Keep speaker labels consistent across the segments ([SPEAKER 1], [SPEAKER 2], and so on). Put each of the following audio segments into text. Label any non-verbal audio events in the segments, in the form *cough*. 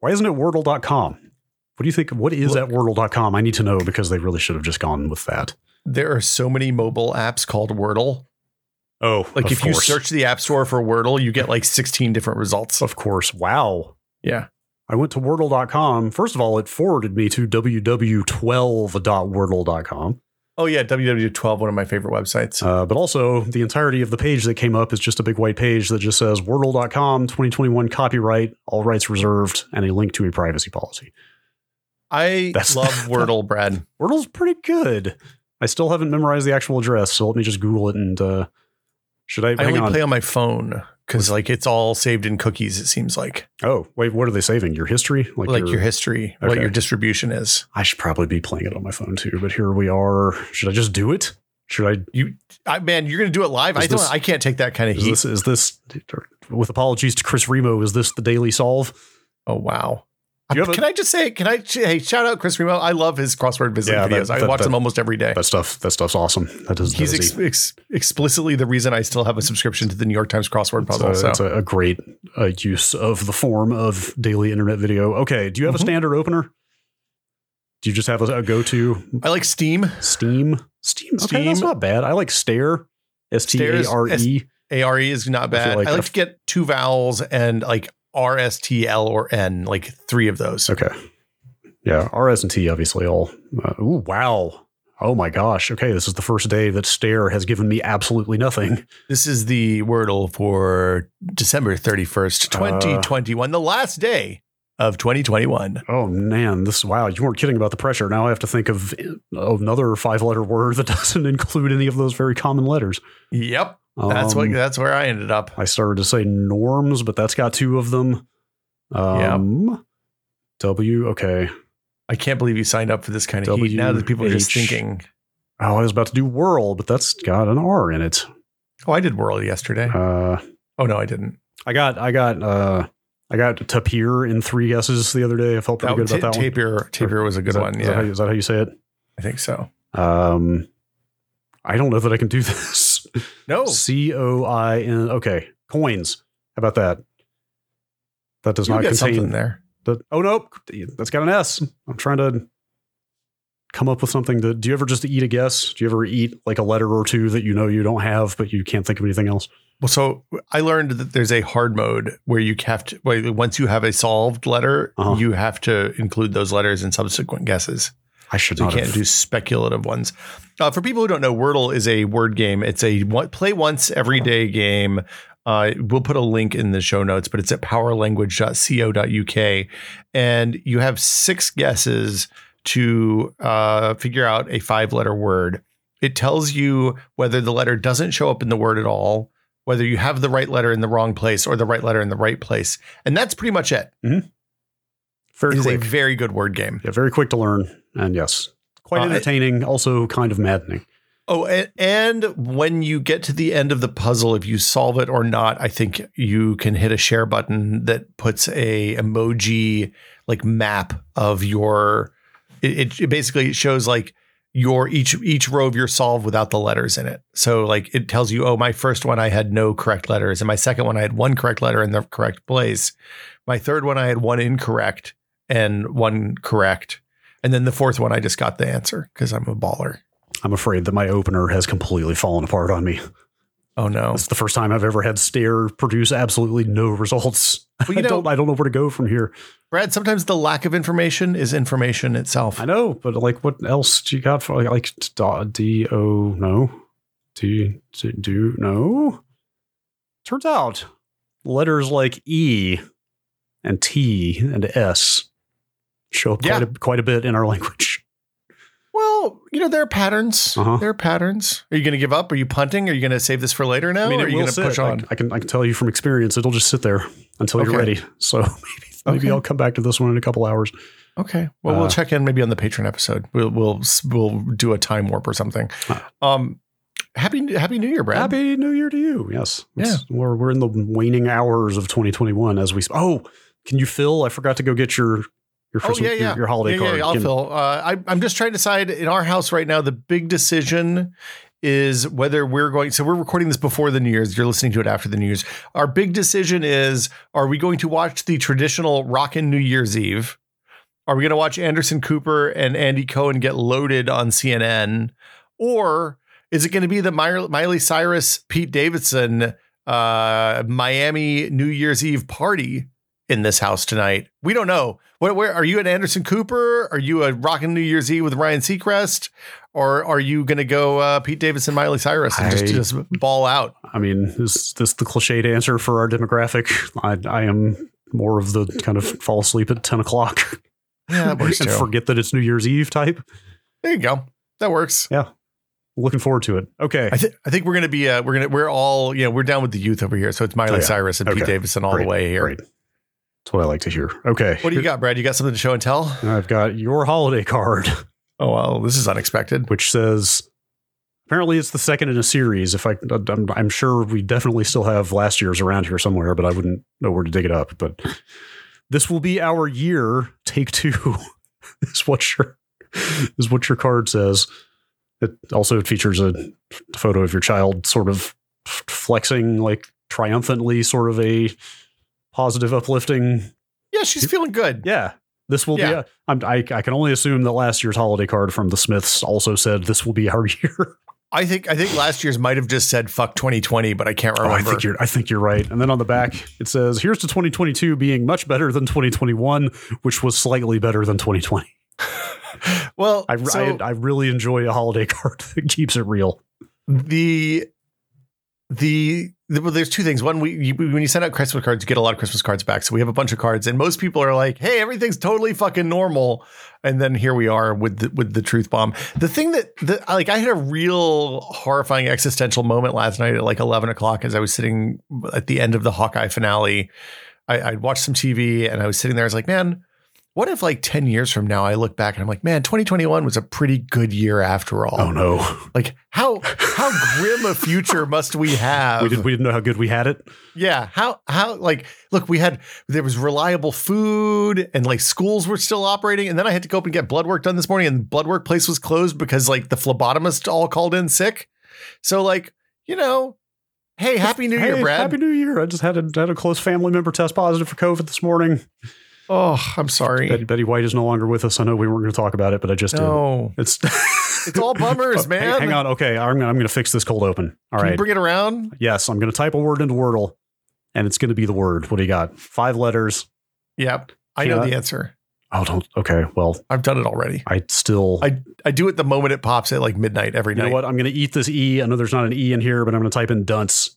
[SPEAKER 1] Why isn't it Wordle.com? What do you think? What is at Wordle.com? I need to know because they really should have just gone with that.
[SPEAKER 2] There are so many mobile apps called Wordle.
[SPEAKER 1] Oh,
[SPEAKER 2] Like
[SPEAKER 1] of
[SPEAKER 2] if you
[SPEAKER 1] course.
[SPEAKER 2] search the App Store for Wordle, you get like 16 different results.
[SPEAKER 1] of course. Wow,
[SPEAKER 2] Yeah.
[SPEAKER 1] I went to wordle.com. First of all, it forwarded me to www12.wordle.com.
[SPEAKER 2] Oh yeah, WW12, one of my favorite websites.
[SPEAKER 1] Uh, but also, the entirety of the page that came up is just a big white page that just says wordle.com 2021 copyright, all rights reserved, and a link to a privacy policy.
[SPEAKER 2] I
[SPEAKER 1] that's- *laughs*
[SPEAKER 2] love Wordle, Brad.
[SPEAKER 1] Wordle's pretty good. I still haven't memorized the actual address, so let me just Google it and uh, should I,
[SPEAKER 2] I
[SPEAKER 1] hang
[SPEAKER 2] only
[SPEAKER 1] on?
[SPEAKER 2] play on my phone because like it's all saved in cookies. It seems like
[SPEAKER 1] oh, wait, what are they saving? Your history?
[SPEAKER 2] like, your, history, what
[SPEAKER 1] Okay.
[SPEAKER 2] your distribution is.
[SPEAKER 1] I should probably be playing it on my phone too, but here we are. Should I just do it? Should I
[SPEAKER 2] I man, you're gonna do it live.
[SPEAKER 1] Is
[SPEAKER 2] I don't.
[SPEAKER 1] this-
[SPEAKER 2] I can't take that kind of
[SPEAKER 1] Is
[SPEAKER 2] heat.
[SPEAKER 1] this is this with apologies to Chris Remo? Is this the Daily Solve?
[SPEAKER 2] oh wow.
[SPEAKER 1] Do you have a-
[SPEAKER 2] Can I just say? Can I? Hey, shout out Chris Remo. I love his crossword business
[SPEAKER 1] Yeah, that-
[SPEAKER 2] videos. I
[SPEAKER 1] that-
[SPEAKER 2] watch
[SPEAKER 1] that-
[SPEAKER 2] them almost every day.
[SPEAKER 1] That stuff that stuff's awesome. That is
[SPEAKER 2] He's
[SPEAKER 1] that
[SPEAKER 2] ex-
[SPEAKER 1] is
[SPEAKER 2] ex- explicitly the reason I still have a subscription to the New York Times crossword
[SPEAKER 1] a- it's
[SPEAKER 2] puzzle.
[SPEAKER 1] a,
[SPEAKER 2] so
[SPEAKER 1] it's a, a great uh, use of the form of daily internet video. Okay, do you have
[SPEAKER 2] Mhm.
[SPEAKER 1] a standard opener? Do you just have a, a go-to
[SPEAKER 2] I like Steam,
[SPEAKER 1] Steam? Steam. Okay,
[SPEAKER 2] Steam.
[SPEAKER 1] that's not bad. I like Stare. S T A R E.
[SPEAKER 2] ARE is not bad. I
[SPEAKER 1] like
[SPEAKER 2] like,
[SPEAKER 1] I've-
[SPEAKER 2] to get two vowels and like R, S, T, L, or N, like three of those.
[SPEAKER 1] Okay. Yeah, R S and T obviously all. Uh, ooh, wow. Oh my gosh. Okay, this is the first day that Stare has given me absolutely nothing.
[SPEAKER 2] This is the Wordle for December 31st,
[SPEAKER 1] Uh.
[SPEAKER 2] 2021, the last day of 2021.
[SPEAKER 1] Oh man, this wow! You weren't kidding about the pressure. Now I have to think of uh, another five-letter word that *laughs* doesn't include any of those very common letters.
[SPEAKER 2] Yep. That's
[SPEAKER 1] Um,
[SPEAKER 2] what that's where I ended up.
[SPEAKER 1] I started to say norms, but that's got two of them. Um, W. Okay.
[SPEAKER 2] I can't believe you signed up for this kind of heat.
[SPEAKER 1] W,
[SPEAKER 2] Now that people are just
[SPEAKER 1] H.
[SPEAKER 2] thinking,
[SPEAKER 1] Oh, I was about to do whirl, but that's got an R in it.
[SPEAKER 2] oh, I did World yesterday.
[SPEAKER 1] Uh,
[SPEAKER 2] Oh, no, I didn't.
[SPEAKER 1] I got, I got, uh, I got tapir in three guesses the other day. I felt pretty
[SPEAKER 2] That,
[SPEAKER 1] good about that one.
[SPEAKER 2] Oh, Tapir, Tapir was a good
[SPEAKER 1] is that,
[SPEAKER 2] one.
[SPEAKER 1] Is that, how,
[SPEAKER 2] Yeah,
[SPEAKER 1] you- is that how you say it?
[SPEAKER 2] I think so.
[SPEAKER 1] Um, I don't know that I can do *laughs* this.
[SPEAKER 2] No.
[SPEAKER 1] C O I N. Okay, coins. How about that? That does
[SPEAKER 2] you
[SPEAKER 1] not
[SPEAKER 2] got something
[SPEAKER 1] contain
[SPEAKER 2] there.
[SPEAKER 1] the. Oh nope, that's got an S. I'm trying to come up with something. That do you ever just eat a guess? Do you ever eat like a letter or two that you know you don't have, but you can't think of anything else?
[SPEAKER 2] Well, so I learned that there's a hard mode where you have to, where once you have a solved letter,
[SPEAKER 1] Uh-huh.
[SPEAKER 2] you have to include those letters in subsequent guesses.
[SPEAKER 1] I should
[SPEAKER 2] So you
[SPEAKER 1] not.
[SPEAKER 2] can't
[SPEAKER 1] have.
[SPEAKER 2] do speculative ones. Uh, for people who don't know, Wordle is a word game. It's a one, play once every day game. Uh, we'll put a link in the show notes, but it's at powerlanguage.co.uk. And you have six guesses to uh, figure out a five letter word. It tells you whether the letter doesn't show up in the word at all, whether you have the right letter in the wrong place or the right letter in the right place. And that's pretty much it.
[SPEAKER 1] very
[SPEAKER 2] It is a
[SPEAKER 1] quick.
[SPEAKER 2] very good word game.
[SPEAKER 1] yeah, very quick to learn, and yes, quite
[SPEAKER 2] Uh, I-
[SPEAKER 1] entertaining. also, kind of maddening.
[SPEAKER 2] Oh, and, and when you get to the end of the puzzle, if you solve it or not, I think you can hit a share button that puts a emoji like map of your. It, it, it basically shows like your each each row of your solve without the letters in it. So like it tells you, oh, my first one I had no correct letters, and my second one I had one correct letter in the correct place. My third one I had one incorrect and one correct, and then the fourth one I just got the answer because I'm a baller.
[SPEAKER 1] I'm afraid that my opener has completely fallen apart on me.
[SPEAKER 2] Oh no.
[SPEAKER 1] It's the first time I've ever had stare produce absolutely no results.
[SPEAKER 2] Well,
[SPEAKER 1] *laughs*
[SPEAKER 2] you
[SPEAKER 1] I
[SPEAKER 2] know-
[SPEAKER 1] don't. I don't know where to go from here.
[SPEAKER 2] Brad, sometimes the lack of information is information itself.
[SPEAKER 1] I know, but like, what else do you got for like, like da- D O no? D do, do no? Turns out letters like E and T and S show up
[SPEAKER 2] Yeah.
[SPEAKER 1] quite, a, quite a bit in our *laughs* language.
[SPEAKER 2] Well, you know, there are patterns.
[SPEAKER 1] Uh-huh.
[SPEAKER 2] There are patterns. Are you going to give up? Are you punting? Are you going to save this for later now? or are
[SPEAKER 1] it
[SPEAKER 2] you
[SPEAKER 1] will
[SPEAKER 2] going to
[SPEAKER 1] sit.
[SPEAKER 2] push
[SPEAKER 1] I-
[SPEAKER 2] on?
[SPEAKER 1] I, can I can tell you from experience, it'll just sit there until
[SPEAKER 2] Okay.
[SPEAKER 1] you're ready. So *laughs* maybe maybe
[SPEAKER 2] Okay.
[SPEAKER 1] I'll come back to this one in a couple hours.
[SPEAKER 2] Okay. Well, we'll
[SPEAKER 1] Uh,
[SPEAKER 2] check in maybe on the Patreon episode. We'll we'll we'll do a time warp or something.
[SPEAKER 1] Uh,
[SPEAKER 2] Um, happy Happy New Year, Brad.
[SPEAKER 1] Happy New Year to you. Yes. It's- We're, we're in the waning hours of 2021 as we. sp- Oh, can you fill? I forgot to go get your your
[SPEAKER 2] Oh
[SPEAKER 1] Christmas,
[SPEAKER 2] yeah,
[SPEAKER 1] your-
[SPEAKER 2] yeah.
[SPEAKER 1] Your, holiday
[SPEAKER 2] yeah,
[SPEAKER 1] card.
[SPEAKER 2] Yeah, I'll
[SPEAKER 1] Can-
[SPEAKER 2] fill. Uh, I, I'm just trying to decide in our house right now. The big decision is whether we're going. So we're recording this before the New Year's. You're listening to it after the New Year's. Our big decision is: Are we going to watch the traditional Rockin' New Year's Eve? Are we going to watch Anderson Cooper and Andy Cohen get loaded on CNN, or is it going to be the Miley Miley Cyrus, Pete Davidson, uh, Miami New Year's Eve party in this house tonight? We don't know. What, where are you an Anderson Cooper? Are you a rocking New Year's Eve with Ryan Seacrest, or are you going to go uh, Pete Davidson, Miley Cyrus, and
[SPEAKER 1] I-
[SPEAKER 2] just just ball out?
[SPEAKER 1] I mean, is this the cliched answer for our demographic? I, I am more of the kind of fall asleep at 10 o'clock
[SPEAKER 2] Yeah,
[SPEAKER 1] *laughs*
[SPEAKER 2] that
[SPEAKER 1] and
[SPEAKER 2] works too.
[SPEAKER 1] forget that it's New Year's Eve type.
[SPEAKER 2] there you go. That works.
[SPEAKER 1] Looking forward to it. Okay.
[SPEAKER 2] I think I think we're gonna be uh, we're gonna we're all you know we're down with the youth over here, so it's Miley
[SPEAKER 1] Oh, yeah.
[SPEAKER 2] Cyrus and Pete
[SPEAKER 1] Okay.
[SPEAKER 2] Davidson all
[SPEAKER 1] Great.
[SPEAKER 2] the way here.
[SPEAKER 1] Great. That's what I like to hear. Okay.
[SPEAKER 2] What do you got, Brad? You got something to show and tell?
[SPEAKER 1] I've got your holiday card, *laughs*
[SPEAKER 2] Oh well, this is unexpected.
[SPEAKER 1] which says apparently it's the second in a series. If I, I'm, I'm sure we definitely still have last year's around here somewhere, but I wouldn't know where to dig it up. But this will be our year. Take two *laughs* is what your is what your card says. It also features a photo of your child, sort of f- flexing, like triumphantly, sort of a positive, uplifting
[SPEAKER 2] Yeah, she's feeling good.
[SPEAKER 1] Yeah. This will
[SPEAKER 2] Yeah.
[SPEAKER 1] be. A, I'm, I, I can only assume that last year's holiday card from the Smiths also said this will be our *laughs* year.
[SPEAKER 2] I think I think last year's might have just said fuck 2020, but I can't
[SPEAKER 1] Oh,
[SPEAKER 2] remember.
[SPEAKER 1] I think you're. I think you're right. And then on the back it says, "Here's to 2022 being much better than 2021, which was slightly better than 2020."
[SPEAKER 2] well,
[SPEAKER 1] I
[SPEAKER 2] so
[SPEAKER 1] I, I really enjoy a holiday *laughs* card that keeps it real.
[SPEAKER 2] the the, the- well, there's two things. One, we you, when you send out Christmas cards, you get a lot of Christmas cards back. So we have a bunch of cards, and most people are like, "Hey, everything's totally fucking normal," and then here we are with the, with the truth bomb. The thing that the, like I had a real horrifying existential moment last night at like 11 o'clock as I was sitting at the end of the Hawkeye finale. I, I'd watched some TV and I was sitting there. I was like, man, what if like 10 years from now I look back and I'm like, man, 2021 was a pretty good year after all.
[SPEAKER 1] Oh, no,
[SPEAKER 2] Like how how grim a future must we have?
[SPEAKER 1] *laughs* we didn't. We didn't know how good we had it.
[SPEAKER 2] yeah, how how like look, we had there was reliable food and like schools were still operating, and then I had to go up and get blood work done this morning, and the blood work place was closed because like the phlebotomist all called in sick. So like you know, hey, happy New Year,
[SPEAKER 1] Hey,
[SPEAKER 2] Brad.
[SPEAKER 1] Happy New Year! I just had a had a close family member test positive for COVID this morning.
[SPEAKER 2] oh, I'm sorry.
[SPEAKER 1] Betty, Betty White is no longer with us. I know we weren't going to talk about it, but I just did.
[SPEAKER 2] no,
[SPEAKER 1] It's *laughs*
[SPEAKER 2] it's all bummers,
[SPEAKER 1] Hang-
[SPEAKER 2] man.
[SPEAKER 1] Hang, on. Okay, I'm gonna, I'm gonna fix this cold open. All
[SPEAKER 2] Can
[SPEAKER 1] right.
[SPEAKER 2] you bring it around?
[SPEAKER 1] yes, I'm gonna type a word into Wordle, and it's gonna be the word. What do you got? Five letters.
[SPEAKER 2] Yep, I know
[SPEAKER 1] Yeah.
[SPEAKER 2] the answer.
[SPEAKER 1] Oh, don't. Okay. Well,
[SPEAKER 2] I've done it already.
[SPEAKER 1] I still.
[SPEAKER 2] I I do it the moment it pops at like midnight every
[SPEAKER 1] you know
[SPEAKER 2] night.
[SPEAKER 1] what? I'm gonna eat this e. I know there's not an e in here, but I'm gonna type in dunce.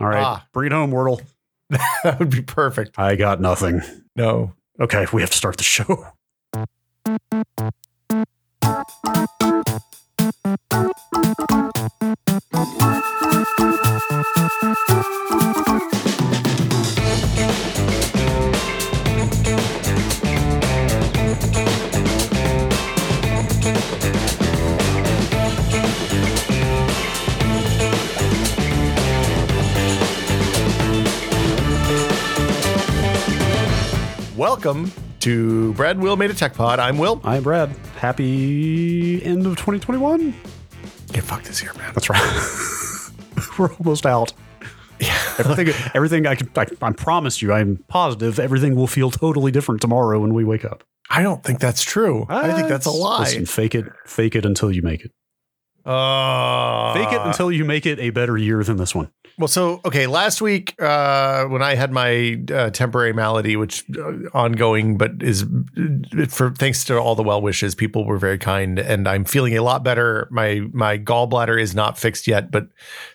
[SPEAKER 1] All right.
[SPEAKER 2] Ah.
[SPEAKER 1] Bring it home, Wordle.
[SPEAKER 2] *laughs* that would be perfect.
[SPEAKER 1] I got nothing.
[SPEAKER 2] No.
[SPEAKER 1] Okay, we have to start the show. *laughs*
[SPEAKER 2] Welcome to Brad and Will Made a Tech Pod. I'm Will.
[SPEAKER 1] I'm Brad. Happy end of 2021.
[SPEAKER 2] Get fucked this year, man.
[SPEAKER 1] That's right. *laughs* We're almost out. Everything, everything I can, I, I promise you, I'm positive everything will feel totally different tomorrow when we wake up.
[SPEAKER 2] I don't think that's true. I think that's a lie.
[SPEAKER 1] Listen, fake it, fake it until you make it.
[SPEAKER 2] Uh,
[SPEAKER 1] Fake it until you make it a better year than this one.
[SPEAKER 2] Well, so okay, last week uh, when I had my uh, temporary malady, which uh, ongoing, but is uh, for thanks to all the well wishes, people were very kind, and I'm feeling a lot better. My my gallbladder is not fixed yet, but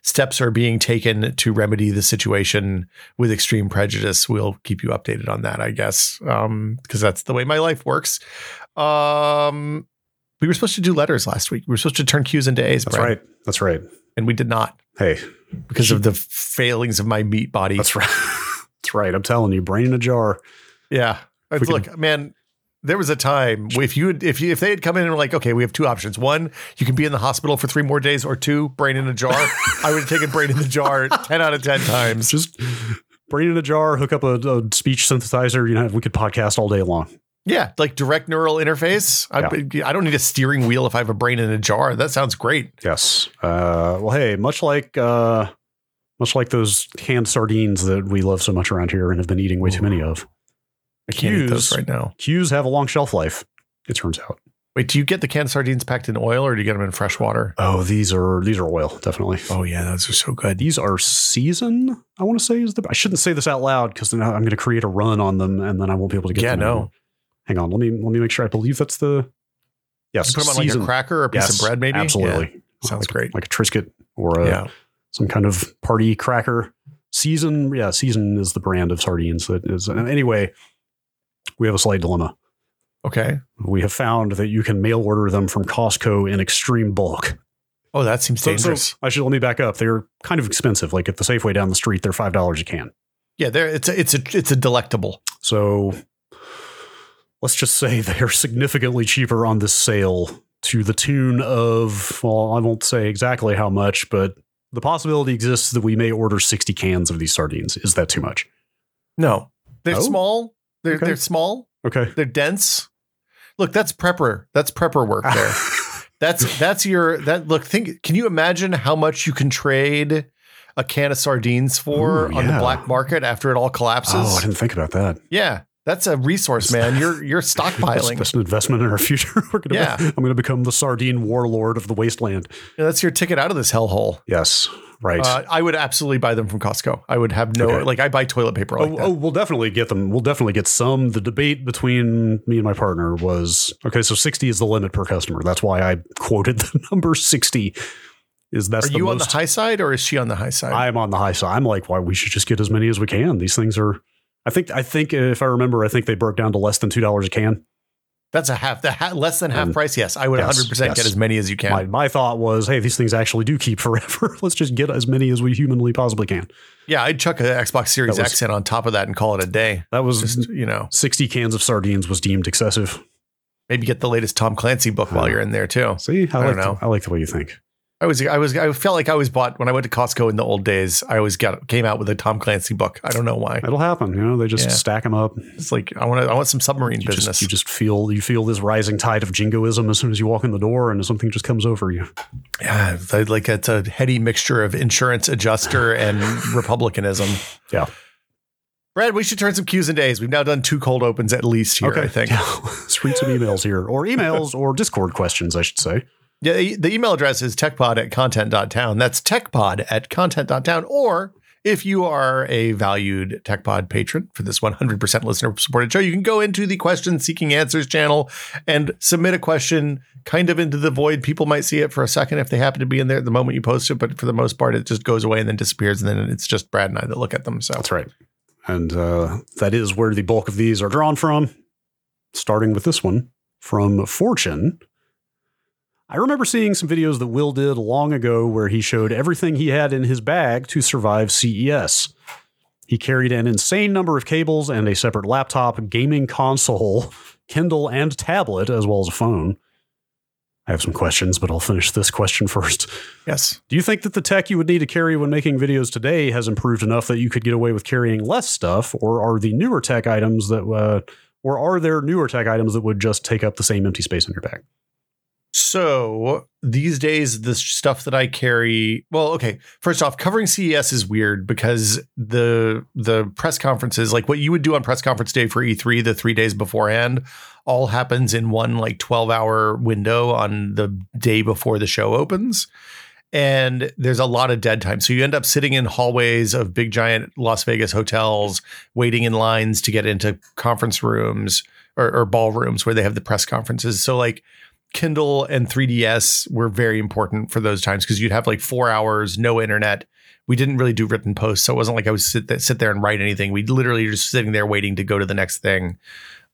[SPEAKER 2] steps are being taken to remedy the situation with extreme prejudice. We'll keep you updated on that, I guess, because that's the way my life works. Um, we were supposed to do letters last week. We were supposed to turn Q's into A's,
[SPEAKER 1] That's
[SPEAKER 2] Brad,
[SPEAKER 1] right. That's right.
[SPEAKER 2] and we did not
[SPEAKER 1] Hey,
[SPEAKER 2] because of the failings of my meat body.
[SPEAKER 1] that's right. *laughs* that's right. I'm telling you, brain in a *laughs* jar.
[SPEAKER 2] yeah.
[SPEAKER 1] we
[SPEAKER 2] Look, man, there was a time if you had- if you, if they had come in and were like, okay, we have two options. One, you can be in the hospital for three more days, or two, brain in a jar. *laughs* I would have taken brain in the jar *laughs* ten out of ten times.
[SPEAKER 1] Just brain in a jar. Hook up a, a speech synthesizer. You know, we could podcast all day long.
[SPEAKER 2] Yeah, like direct neural interface. I, I don't need a steering wheel if I have a brain in a jar. That sounds great.
[SPEAKER 1] Yes. Uh, well, hey, much like uh, much like those canned sardines that we love so much around here and have been eating way too many of.
[SPEAKER 2] I can't eat those
[SPEAKER 1] Cues.
[SPEAKER 2] right now.
[SPEAKER 1] Cues have a long shelf life. It turns out.
[SPEAKER 2] Wait, do you get the canned sardines packed in oil or do you get them in fresh water?
[SPEAKER 1] Oh, these are these are oil, definitely.
[SPEAKER 2] Oh yeah, those are so good.
[SPEAKER 1] These are season. I want to say is the. I shouldn't say this out loud because then I'm going to create a run on them and then I won't be able to get.
[SPEAKER 2] Yeah,
[SPEAKER 1] them
[SPEAKER 2] no.
[SPEAKER 1] out. Hang on. Let me let me make sure. I believe that's the. Yes,
[SPEAKER 2] You put them on like
[SPEAKER 1] season.
[SPEAKER 2] a cracker or a piece
[SPEAKER 1] Yes,
[SPEAKER 2] of bread, maybe.
[SPEAKER 1] Absolutely.
[SPEAKER 2] Yeah, sounds
[SPEAKER 1] like,
[SPEAKER 2] great.
[SPEAKER 1] Like a Triscuit or a,
[SPEAKER 2] yeah.
[SPEAKER 1] some kind of party cracker. Season, yeah, season is the brand of sardines that is. And anyway, we have a slight dilemma.
[SPEAKER 2] Okay.
[SPEAKER 1] We have found that you can mail order them from Costco in extreme bulk.
[SPEAKER 2] Oh, that seems
[SPEAKER 1] So- So,
[SPEAKER 2] dangerous.
[SPEAKER 1] I should let me back up. They're kind of expensive. Like at the Safeway down the street, they're five dollars a can.
[SPEAKER 2] yeah, there. It's a, it's a it's a delectable.
[SPEAKER 1] So let's just say *laughs* they are significantly cheaper on this sale to the tune of well, I won't say exactly how much, but the possibility exists that we may order 60 cans of these sardines. Is that too much?
[SPEAKER 2] No, they're
[SPEAKER 1] Oh.
[SPEAKER 2] small. They're
[SPEAKER 1] Okay.
[SPEAKER 2] they're small.
[SPEAKER 1] Okay.
[SPEAKER 2] They're dense. Look, that's prepper. That's prepper
[SPEAKER 1] *laughs*
[SPEAKER 2] work *laughs* there.
[SPEAKER 1] Oh,
[SPEAKER 2] that's that's your that look. Think. Can you imagine how much you can trade a can of sardines for
[SPEAKER 1] Ooh,
[SPEAKER 2] on the
[SPEAKER 1] yeah.
[SPEAKER 2] black market after it all collapses?
[SPEAKER 1] oh, I didn't think about that.
[SPEAKER 2] yeah, that's a resource, man.
[SPEAKER 1] *laughs*
[SPEAKER 2] You're you're
[SPEAKER 1] That's,
[SPEAKER 2] stockpiling.
[SPEAKER 1] that's an investment in our future. *laughs* We're gonna
[SPEAKER 2] Yeah.
[SPEAKER 1] I'm going to become the sardine warlord of the wasteland.
[SPEAKER 2] that's your ticket out of this hellhole.
[SPEAKER 1] Yes. Right.
[SPEAKER 2] Uh, I would absolutely buy them from Costco. I would have no
[SPEAKER 1] Okay.
[SPEAKER 2] like. I buy toilet paper like
[SPEAKER 1] oh,
[SPEAKER 2] that.
[SPEAKER 1] oh, we'll definitely get them. We'll definitely get some. The debate between me and my partner was okay. So sixty is the limit per customer. That's why I quoted *laughs* the number sixty. Is that's
[SPEAKER 2] Are
[SPEAKER 1] the
[SPEAKER 2] you on the
[SPEAKER 1] most?
[SPEAKER 2] high side or is she on the high side?
[SPEAKER 1] I'm on the high side. I'm like, why we should just get as many as we can. These things are. I think. I think if I remember, I think they broke down to less than two dollars a can.
[SPEAKER 2] That's a half, the ha- less than half
[SPEAKER 1] Um,
[SPEAKER 2] price. Yes, I would
[SPEAKER 1] yes,
[SPEAKER 2] 100%
[SPEAKER 1] yes.
[SPEAKER 2] get as many as you can.
[SPEAKER 1] My, my thought was, hey, these things actually do keep *laughs* forever. Let's just get as many as we humanly possibly can.
[SPEAKER 2] yeah, I'd chuck an Xbox Series
[SPEAKER 1] That was-
[SPEAKER 2] X in on top of that and call it a
[SPEAKER 1] *laughs*
[SPEAKER 2] day.
[SPEAKER 1] That was
[SPEAKER 2] Just, you know,
[SPEAKER 1] 60 cans of sardines was deemed excessive.
[SPEAKER 2] maybe get the latest Tom Clancy book while you're in there too.
[SPEAKER 1] See, I,
[SPEAKER 2] I
[SPEAKER 1] like
[SPEAKER 2] don't know.
[SPEAKER 1] The, I like the way you think.
[SPEAKER 2] I was, I was, I felt like I was bought when I went to Costco in the old days. I always got, came out with a Tom Clancy book. I don't know why.
[SPEAKER 1] It'll happen. You know, they just
[SPEAKER 2] Yeah.
[SPEAKER 1] stack them up.
[SPEAKER 2] It's like, I want to, I want some submarine
[SPEAKER 1] You
[SPEAKER 2] business.
[SPEAKER 1] just, you just feel you feel this rising tide of jingoism as soon as you walk in the door, and something just comes over you.
[SPEAKER 2] yeah. it's like- Like it's a heady mixture of
[SPEAKER 1] *laughs*
[SPEAKER 2] insurance adjuster and republicanism.
[SPEAKER 1] Yeah.
[SPEAKER 2] Brad, we should turn some Q's and A's. We've now done two cold opens at least here, I think.
[SPEAKER 1] Yeah. *laughs* Let's read some emails here, or emails, or Discord questions, I should say.
[SPEAKER 2] Yeah, the- the email address is techpod at content.town. That's techpod at content.town. Or if you are a valued TechPod patron for this 100% listener supported show, you can go into the question seeking answers channel and submit a question kind of into the void. People might see it for a second if they happen to be in there at the moment you post it, but for the most part, it just goes away and then disappears. And then it's just Brad and I that look at them. So
[SPEAKER 1] That's right, and uh, that is where the bulk of these are drawn from. Starting with this one from Fortune. I remember seeing some videos that Will did long ago where he showed everything he had in his bag to survive CES. He carried an insane number of cables and a separate laptop, gaming console, Kindle, and tablet, as well as a phone. I have some questions, but I'll finish this question *laughs* first.
[SPEAKER 2] yes,
[SPEAKER 1] Do you think that the tech you would need to carry when making videos today has improved enough that you could get away with carrying less stuff, or are the newer tech items that, uh, or are there newer tech items that would just take up the same empty space in your bag?
[SPEAKER 2] So these days, the stuff that I carry, well, okay. First off, covering CES is weird because the the press conferences, like what you would do on press conference day for E3, the three days beforehand, all happens in one like twelve hour window on the day before the show opens. And there's a lot of dead time. So you end up sitting in hallways of big giant Las Vegas hotels, waiting in lines to get into conference rooms or, or ballrooms where they have the press conferences. So like Kindle and 3DS were very important for those times because you'd have like four hours, no internet. We didn't really do written posts, so it wasn't like I was sit there, sit there and write anything. We literally were just sitting there waiting to go to the next thing.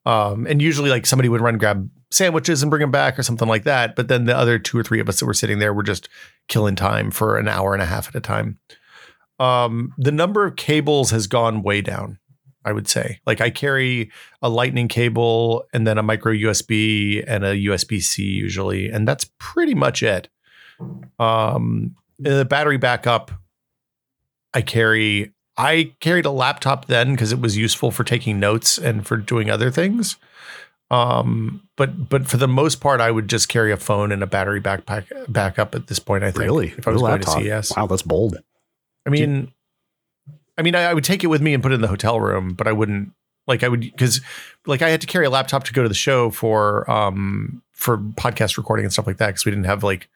[SPEAKER 2] Um, and usually, like somebody would run grab sandwiches and bring them back or something like that. But then the other two or three of us that were sitting there were just killing time for an hour and a half at a time. Um, the number of cables has gone way down. I would say, like I carry a lightning cable and then a micro USB and a USB C usually, and that's pretty much it. Um, the battery backup, I carry. I carried a laptop then because it was useful for taking notes and for doing other things. Um, but but for the most part, I would just carry a phone and a battery backpack backup at this point. I think
[SPEAKER 1] Really?
[SPEAKER 2] if I was
[SPEAKER 1] Your
[SPEAKER 2] going to E
[SPEAKER 1] laptop.
[SPEAKER 2] CES,
[SPEAKER 1] Wow, that's bold.
[SPEAKER 2] I mean, I mean, I, I would take it with me and put it in the hotel room, but I wouldn't like I would because like I had to carry a laptop to go to the show for um for podcast recording and stuff like that because we didn't have like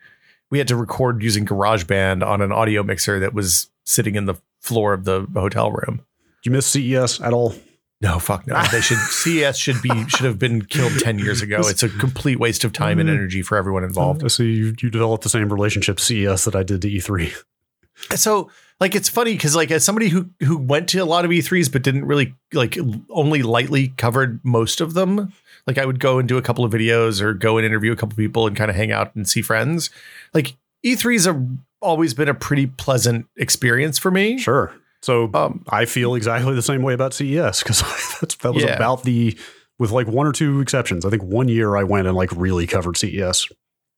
[SPEAKER 2] we had to record using GarageBand on an audio mixer that was sitting in the floor of the hotel room.
[SPEAKER 1] You miss CES at all?
[SPEAKER 2] No, fuck no. They *laughs* should CES should be should have been killed ten years ago. It's a complete waste of time and energy for everyone involved.
[SPEAKER 1] I see you, you developed the same relationship to CES that I did to E E3.
[SPEAKER 2] so like it's funny because like as somebody who who went to a lot of E3s but didn't really like only lightly covered most of them. Like I would go and do a couple of videos or go and interview a couple of people and kind of hang out and see friends. Like E3s have always been a pretty pleasant experience for me.
[SPEAKER 1] Sure. So
[SPEAKER 2] Um,
[SPEAKER 1] I feel exactly the same way about E CES *laughs* because that was
[SPEAKER 2] Yeah.
[SPEAKER 1] about the, with like one or two exceptions. I think one year I went and like really covered CES.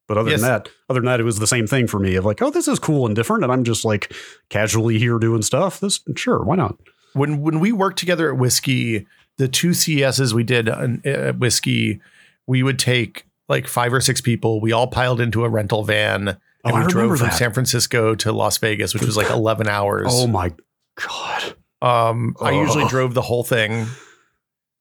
[SPEAKER 1] But other
[SPEAKER 2] Yes.
[SPEAKER 1] than that, other than that, it was the same thing for me of like, oh, this is cool and different. And I'm just like casually here doing stuff. This, sure, why not?
[SPEAKER 2] when when we worked together at whiskey the two cs's we did on- at whiskey we would take like five or six people we all piled into a rental van and
[SPEAKER 1] Oh, I
[SPEAKER 2] we
[SPEAKER 1] remember
[SPEAKER 2] drove from
[SPEAKER 1] that.
[SPEAKER 2] san francisco to las vegas which was like 11 hours
[SPEAKER 1] Oh my God.
[SPEAKER 2] um i usually
[SPEAKER 1] Oh.
[SPEAKER 2] drove the whole thing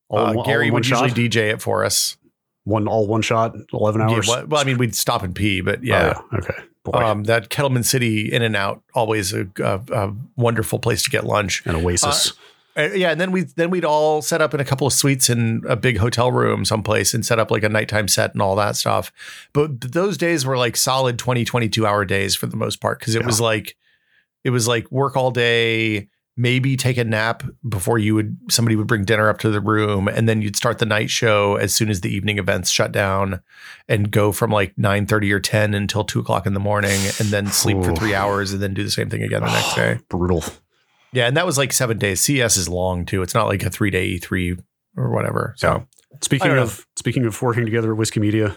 [SPEAKER 1] All
[SPEAKER 2] Uh,
[SPEAKER 1] in one- all
[SPEAKER 2] gary
[SPEAKER 1] in
[SPEAKER 2] would
[SPEAKER 1] one shot?
[SPEAKER 2] usually dj it for us
[SPEAKER 1] One, all one shot, 11
[SPEAKER 2] Yeah,
[SPEAKER 1] hours.
[SPEAKER 2] well, well, i mean we'd stop and pee but
[SPEAKER 1] Oh,
[SPEAKER 2] yeah
[SPEAKER 1] Okay. Boy.
[SPEAKER 2] um, that Kettleman City In and Out always a, a, a wonderful place to get lunch.
[SPEAKER 1] An oasis.
[SPEAKER 2] Uh, yeah, and then we then we'd all set up in a couple of suites in a big hotel room someplace and set up like a nighttime set and all that stuff. But th- those days were like solid 20 22 hour days for the most part cuz it was like it was like work all day, maybe take a nap before you would somebody would bring dinner up to the room and then you'd start the night show as soon as the evening events shut down and go from like 9:30 or 10 until 2 o'clock in the morning and then sleep for
[SPEAKER 1] Ooh.
[SPEAKER 2] 3 hours and then do the same thing again the next day.
[SPEAKER 1] Brutal.
[SPEAKER 2] Yeah, and that was like seven days. CES is long too. It's not like a E three day E3 or whatever. So I
[SPEAKER 1] Speaking
[SPEAKER 2] don't know.
[SPEAKER 1] of speaking of working together at Whiskey Media,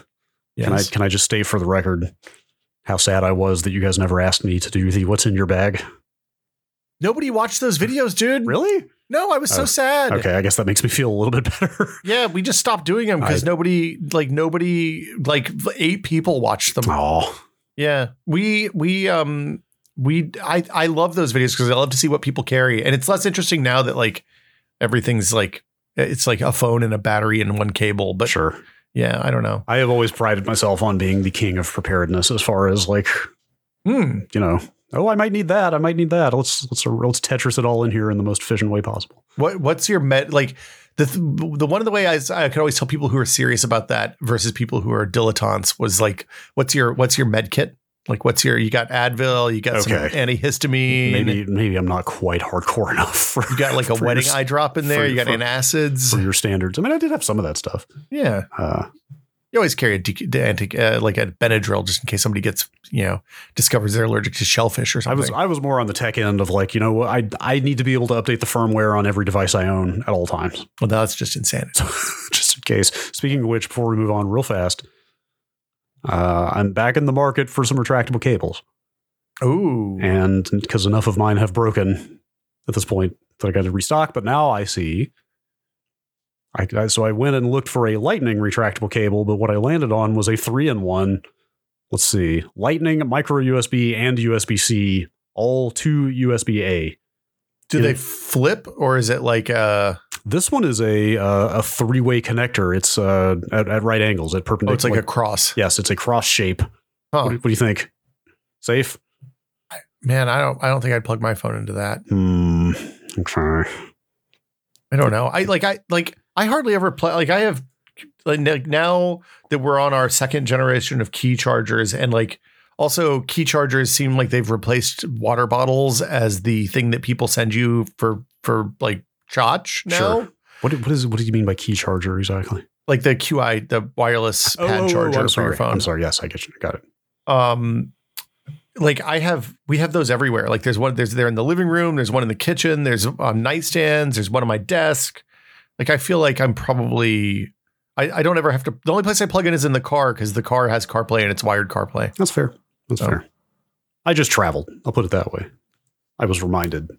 [SPEAKER 2] yeah,
[SPEAKER 1] Can I can I just state for the record how sad I was that you guys never asked me to do the what's in your bag?
[SPEAKER 2] nobody watched those videos, dude.
[SPEAKER 1] Really?
[SPEAKER 2] No, I was so
[SPEAKER 1] Oh,
[SPEAKER 2] sad.
[SPEAKER 1] Okay, I guess that makes me feel a little bit better. *laughs*
[SPEAKER 2] Yeah, we just stopped doing them because
[SPEAKER 1] I-
[SPEAKER 2] nobody, like nobody, like eight people watched them.
[SPEAKER 1] Oh,
[SPEAKER 2] Yeah, we we um we I I love those videos because I love to see what people carry, and it's less interesting now that like everything's like it's like a phone and a battery and one cable. But
[SPEAKER 1] sure.
[SPEAKER 2] yeah, I don't know.
[SPEAKER 1] I have always prided myself on being the king of preparedness as far as like,
[SPEAKER 2] Hmm.
[SPEAKER 1] you know, oh, I might need that. I might need that. Let's let's let's Tetris it all in here in the most efficient way possible.
[SPEAKER 2] What what's your med like the th- the one of the way I, I could always tell people who are serious about that versus people who are dilettantes was like what's your what's your med kit like what's your you got Advil you got some
[SPEAKER 1] Okay.
[SPEAKER 2] antihistamine
[SPEAKER 1] Maybe maybe I'm not quite hardcore *laughs* enough for
[SPEAKER 2] you got like a
[SPEAKER 1] for
[SPEAKER 2] wedding
[SPEAKER 1] your,
[SPEAKER 2] eye drop in there
[SPEAKER 1] for-
[SPEAKER 2] you got
[SPEAKER 1] for-
[SPEAKER 2] antacids
[SPEAKER 1] for your standards. I mean, I did have some of that stuff.
[SPEAKER 2] yeah
[SPEAKER 1] Uh,
[SPEAKER 2] you always carry a de- de- anti- uh, like a Benadryl just in case somebody gets you know discovers they're allergic to shellfish or
[SPEAKER 1] I
[SPEAKER 2] something
[SPEAKER 1] was I was more on the tech end of like, you know, I I need to be able to update the firmware on every device I own at all times.
[SPEAKER 2] well that's just insanity
[SPEAKER 1] So, *laughs* just in case. Speaking of which, before we move on real fast, uh, I'm back in the market for some retractable cables.
[SPEAKER 2] ooh
[SPEAKER 1] And because enough of mine have broken at this point that I got to restock, but now I see. I, I- so I went and looked for a lightning retractable cable, but what I landed on was a three in one. Let's see, lightning, micro USB, and USB C, all two USB A.
[SPEAKER 2] do
[SPEAKER 1] you
[SPEAKER 2] they
[SPEAKER 1] know-
[SPEAKER 2] flip or is it like uh
[SPEAKER 1] This one is a uh, a three way connector. It's uh, at, at right angles, at
[SPEAKER 2] oh
[SPEAKER 1] perpendicular.
[SPEAKER 2] it's like a cross
[SPEAKER 1] Yes, it's a cross shape.
[SPEAKER 2] Huh.
[SPEAKER 1] What, do, what do you think? Safe?
[SPEAKER 2] man I don't I don't think I'd plug my phone into that
[SPEAKER 1] Hmm. Okay.
[SPEAKER 2] I don't know. I like I like I hardly ever play like I have like n- now that we're on our second generation of key chargers and like also key chargers seem like they've replaced water bottles as the thing that people send you for for like chotch now.
[SPEAKER 1] Sure. What do- what is what do you mean by key charger exactly?
[SPEAKER 2] Like the QI the wireless
[SPEAKER 1] Oh,
[SPEAKER 2] pad charger
[SPEAKER 1] I'm
[SPEAKER 2] for your
[SPEAKER 1] sorry.
[SPEAKER 2] phone.
[SPEAKER 1] I'm sorry. Yes, I get you. Got it.
[SPEAKER 2] um like I have we have those everywhere. Like there's one there's there in the living room, there's one in the kitchen, there's on nightstands, there's one on my desk. Like I feel like I'm probably I, I don't ever have to the only place I plug in is in the car because the car has CarPlay and it's wired CarPlay.
[SPEAKER 1] That's fair. That's
[SPEAKER 2] Oh.
[SPEAKER 1] fair. I just traveled. I'll put it that way. I was reminded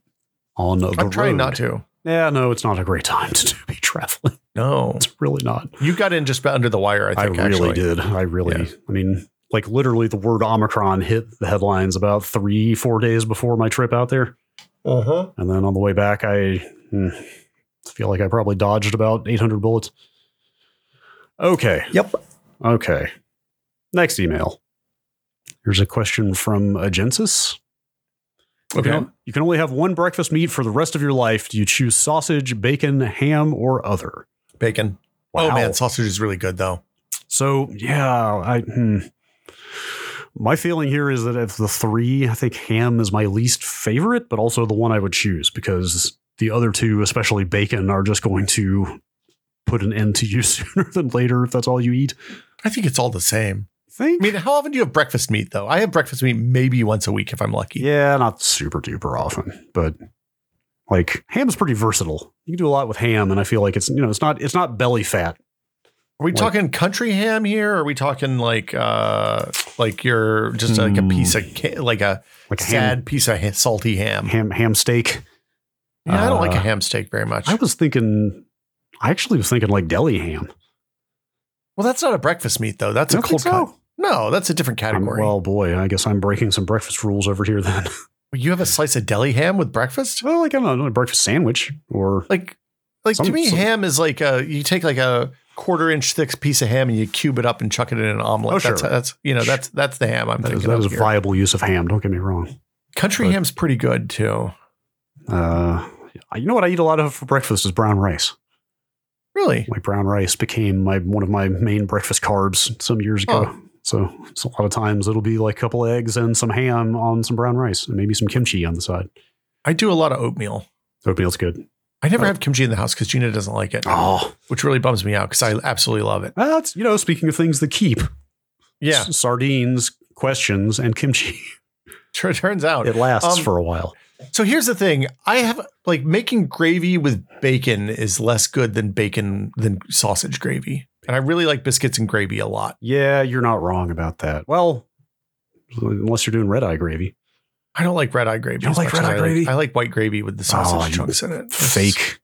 [SPEAKER 1] on Oh, the
[SPEAKER 2] I'm trying
[SPEAKER 1] road.
[SPEAKER 2] not to.
[SPEAKER 1] Yeah, no, it's not a great time to be traveling.
[SPEAKER 2] No,
[SPEAKER 1] *laughs* It's really not.
[SPEAKER 2] you got in just about under the wire. I
[SPEAKER 1] I,
[SPEAKER 2] think
[SPEAKER 1] really
[SPEAKER 2] actually.
[SPEAKER 1] did. I really. I mean, like literally, the word Omicron hit the headlines about three, four days before my trip out there,
[SPEAKER 2] Uh huh.
[SPEAKER 1] and then on the way back, I hmm, feel like I probably dodged about 800 bullets. Okay.
[SPEAKER 2] Yep.
[SPEAKER 1] Okay. Next email. Here's a question from Agensis.
[SPEAKER 2] Okay.
[SPEAKER 1] You, can, you can only have one breakfast meat for the rest of your life. Do you choose sausage, bacon, ham, or other?
[SPEAKER 2] Bacon. Oh
[SPEAKER 1] Wow.
[SPEAKER 2] man, sausage is really good though.
[SPEAKER 1] So yeah, I hmm. my feeling here is that of the three, I think ham is my least favorite, but also the one I would choose because the other two, especially bacon, are just going to put an end to you *laughs* sooner than later if that's all you eat.
[SPEAKER 2] I think it's all the same.
[SPEAKER 1] Think?
[SPEAKER 2] I mean, how often do you have breakfast meat though? I have breakfast meat maybe once a week if I'm lucky.
[SPEAKER 1] yeah, not super duper often, but like ham's pretty versatile. You can do a lot with ham, and I feel like it's you know it's not it's not belly fat.
[SPEAKER 2] Are we
[SPEAKER 1] Like-
[SPEAKER 2] talking country ham here? Or are we talking like uh like you're just like a
[SPEAKER 1] Hmm.
[SPEAKER 2] piece of ca- like a
[SPEAKER 1] Like
[SPEAKER 2] sad piece of ha- salty ham?
[SPEAKER 1] ham, ham ham steak.
[SPEAKER 2] Yeah, I don't like a
[SPEAKER 1] Uh,
[SPEAKER 2] ham steak very much.
[SPEAKER 1] I was thinking, I actually was thinking like deli ham.
[SPEAKER 2] well, that's not a breakfast meat though. That's
[SPEAKER 1] I
[SPEAKER 2] a
[SPEAKER 1] don't think
[SPEAKER 2] cold cut.
[SPEAKER 1] so.
[SPEAKER 2] No, that's a different
[SPEAKER 1] I'm-
[SPEAKER 2] category.
[SPEAKER 1] well, boy, I guess I'm breaking some breakfast rules over here then. *laughs*
[SPEAKER 2] you have a slice of deli ham with breakfast?
[SPEAKER 1] well, like I don't know, a breakfast sandwich or
[SPEAKER 2] Like like to
[SPEAKER 1] Some-
[SPEAKER 2] me
[SPEAKER 1] some-
[SPEAKER 2] ham is like a you take like a quarter inch thick piece of ham and you cube it up and chuck it in an omelet.
[SPEAKER 1] Oh,
[SPEAKER 2] that's
[SPEAKER 1] sure.
[SPEAKER 2] that's you know, that's that's the ham I'm
[SPEAKER 1] that is,
[SPEAKER 2] thinking
[SPEAKER 1] that is
[SPEAKER 2] of
[SPEAKER 1] a
[SPEAKER 2] here.
[SPEAKER 1] viable use of ham. Don't get me wrong.
[SPEAKER 2] Country
[SPEAKER 1] but-
[SPEAKER 2] ham's pretty good too.
[SPEAKER 1] Uh, you know what I eat a lot of for breakfast is brown rice.
[SPEAKER 2] Really?
[SPEAKER 1] Like brown rice became my one of my main breakfast carbs some years ago. So, so a lot of times it'll be like a couple eggs and some ham on some brown rice and maybe some kimchi on the side.
[SPEAKER 2] I do a lot of oatmeal.
[SPEAKER 1] Oatmeal's good.
[SPEAKER 2] I never
[SPEAKER 1] Oh.
[SPEAKER 2] have kimchi in the house because Gina doesn't like it,
[SPEAKER 1] Oh,
[SPEAKER 2] which really bums me out because I absolutely love it.
[SPEAKER 1] that's you know. Speaking of things that keep,
[SPEAKER 2] Yeah,
[SPEAKER 1] s- sardines, questions, and kimchi.
[SPEAKER 2] sure, turns out.
[SPEAKER 1] It lasts
[SPEAKER 2] Um,
[SPEAKER 1] for a while.
[SPEAKER 2] So here's the thing: I have like making gravy with bacon is less good than bacon than sausage gravy, and I really like biscuits and gravy a lot.
[SPEAKER 1] Yeah, you're not wrong about that. Well, unless you're doing red eye gravy.
[SPEAKER 2] I don't like red eye gravy.
[SPEAKER 1] You don't
[SPEAKER 2] as
[SPEAKER 1] like
[SPEAKER 2] much as
[SPEAKER 1] red-eye
[SPEAKER 2] I
[SPEAKER 1] gravy?
[SPEAKER 2] I like white gravy with the
[SPEAKER 1] Oh,
[SPEAKER 2] sausage
[SPEAKER 1] you
[SPEAKER 2] chunks in it. It's-
[SPEAKER 1] Fake,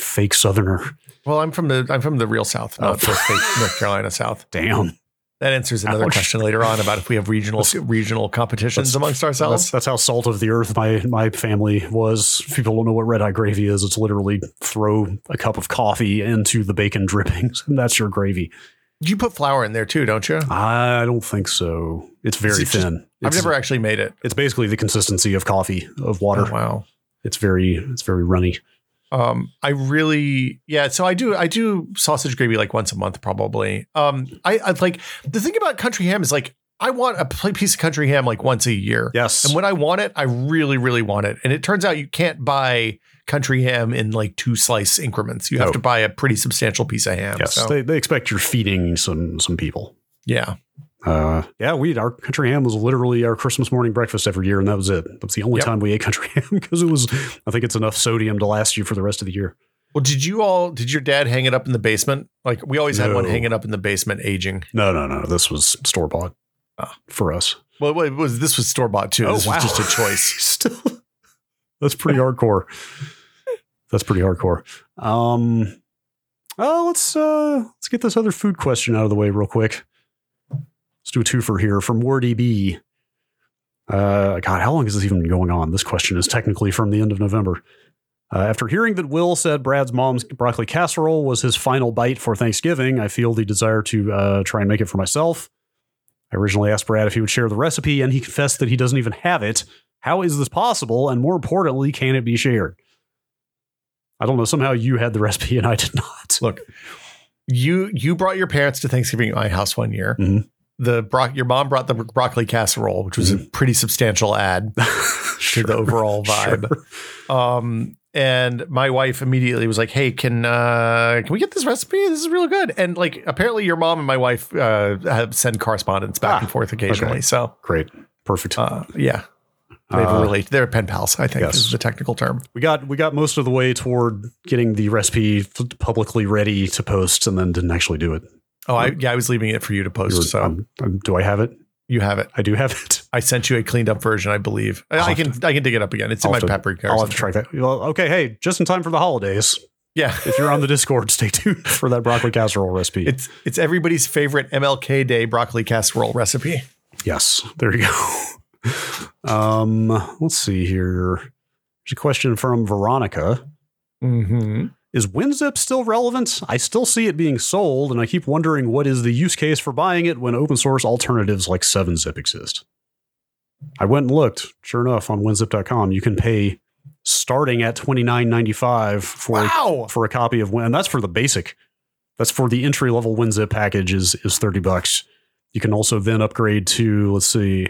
[SPEAKER 1] fake Southerner.
[SPEAKER 2] Well, I'm from the I'm from the real South,
[SPEAKER 1] Oh.
[SPEAKER 2] not the fake North Carolina South.
[SPEAKER 1] Damn.
[SPEAKER 2] That answers another
[SPEAKER 1] Ouch.
[SPEAKER 2] question later on about if we have regional regional competitions
[SPEAKER 1] That's-
[SPEAKER 2] amongst
[SPEAKER 1] That's,
[SPEAKER 2] ourselves.
[SPEAKER 1] that's how salt of the earth my my family was. If People don't know what red eye gravy is. It's literally throw a cup of coffee into the bacon drippings, and that's your gravy.
[SPEAKER 2] You put flour in there too, don't you?
[SPEAKER 1] I don't think so. It's very
[SPEAKER 2] It's just-
[SPEAKER 1] thin.
[SPEAKER 2] I've
[SPEAKER 1] Uh, it's,
[SPEAKER 2] never actually made it.
[SPEAKER 1] It's basically the consistency of coffee of water.
[SPEAKER 2] Oh, wow.
[SPEAKER 1] It's very it's very runny.
[SPEAKER 2] Um, I really, yeah. So I do, I do sausage gravy like once a month, probably. Um, I, I like the thing about country ham is like I want a pl- piece of country ham like once a year,
[SPEAKER 1] Yes.
[SPEAKER 2] and when I want it, I really, really want it. And it turns out you can't buy country ham in like two slice increments. You have
[SPEAKER 1] No.
[SPEAKER 2] to buy a pretty substantial piece of ham.
[SPEAKER 1] yes.
[SPEAKER 2] So,
[SPEAKER 1] They, they expect you're feeding some some people.
[SPEAKER 2] yeah.
[SPEAKER 1] Uh, yeah, we our country ham was literally our Christmas morning breakfast every year, and that was it. That's the only
[SPEAKER 2] Yep.
[SPEAKER 1] time we ate country *laughs* ham because it was, I think it's enough sodium to last you for the rest of the year.
[SPEAKER 2] Well, did you all? Did your dad hang it up in the basement? Like we always had one
[SPEAKER 1] No.
[SPEAKER 2] hanging up in the basement, aging.
[SPEAKER 1] No, no, no, this was store bought
[SPEAKER 2] Ah.
[SPEAKER 1] for us.
[SPEAKER 2] Well, it was this was store bought too.
[SPEAKER 1] Oh,
[SPEAKER 2] this
[SPEAKER 1] wow. *laughs*
[SPEAKER 2] was just a choice.
[SPEAKER 1] Still, that's pretty hardcore. That's pretty hardcore. Um, oh, let's uh, let's get this other food question out of the way real quick. Let's do a twofer here from WordEB. Uh, God, how long has this even been going on? This question is technically from the end of November. Uh, after hearing that Will said Brad's mom's broccoli casserole was his final bite for Thanksgiving, I feel the desire to uh, try and make it for myself. I originally asked Brad if he would share the recipe, and he confessed that he doesn't even have it. How is this possible? And more importantly, can it be shared? I don't know. Somehow you had the recipe and I did not.
[SPEAKER 2] Look, you you brought your parents to Thanksgiving at my house one year.
[SPEAKER 1] Mhm.
[SPEAKER 2] The bro- your mom brought the broccoli casserole, which was a pretty substantial
[SPEAKER 1] *laughs*
[SPEAKER 2] add
[SPEAKER 1] Mm-hmm. sure.
[SPEAKER 2] to the overall vibe.
[SPEAKER 1] *laughs* Sure.
[SPEAKER 2] Um, and my wife immediately was like, "Hey, can uh, can we get this recipe? This is real good." And like, apparently, your mom and my wife uh, have send correspondence back
[SPEAKER 1] Ah,
[SPEAKER 2] and forth occasionally.
[SPEAKER 1] okay.
[SPEAKER 2] So,
[SPEAKER 1] Great. Perfect.
[SPEAKER 2] uh, yeah, they have a
[SPEAKER 1] Uh,
[SPEAKER 2] relate. They're pen pals, I think,
[SPEAKER 1] yes.
[SPEAKER 2] is the technical term.
[SPEAKER 1] we got we got most of the way toward getting the recipe f- publicly ready to post and then didn't actually do it.
[SPEAKER 2] Oh, I, yeah, I was leaving it for you to
[SPEAKER 1] You
[SPEAKER 2] post.
[SPEAKER 1] were-
[SPEAKER 2] so
[SPEAKER 1] um, um, do I have it?
[SPEAKER 2] you have it.
[SPEAKER 1] I do have it.
[SPEAKER 2] I sent you a cleaned up version, I believe. I,
[SPEAKER 1] I'll
[SPEAKER 2] I
[SPEAKER 1] have
[SPEAKER 2] can I can dig it up again. It's
[SPEAKER 1] I'll
[SPEAKER 2] in my
[SPEAKER 1] have to-
[SPEAKER 2] paprika. or
[SPEAKER 1] I'll have to
[SPEAKER 2] something.
[SPEAKER 1] try that. Well, okay, hey, just in time for the holidays.
[SPEAKER 2] Yeah.
[SPEAKER 1] If you're on the Discord, stay tuned *laughs* for that broccoli casserole recipe.
[SPEAKER 2] It's it's everybody's favorite MLK Day broccoli casserole recipe.
[SPEAKER 1] yes, there you go. um, let's see here. There's a question from Veronica.
[SPEAKER 2] Mm-hmm.
[SPEAKER 1] Is WinZip still relevant? I still see it being sold, and I keep wondering what is the use case for buying it when open source alternatives like 7-Zip exist. I went and looked. Sure enough, on WinZip.com, you can pay starting at $29.95 for a
[SPEAKER 2] Wow.
[SPEAKER 1] for a copy of Win. And that's for the basic. That's for the entry level WinZip package is is thirty bucks. You can also then upgrade to let's see,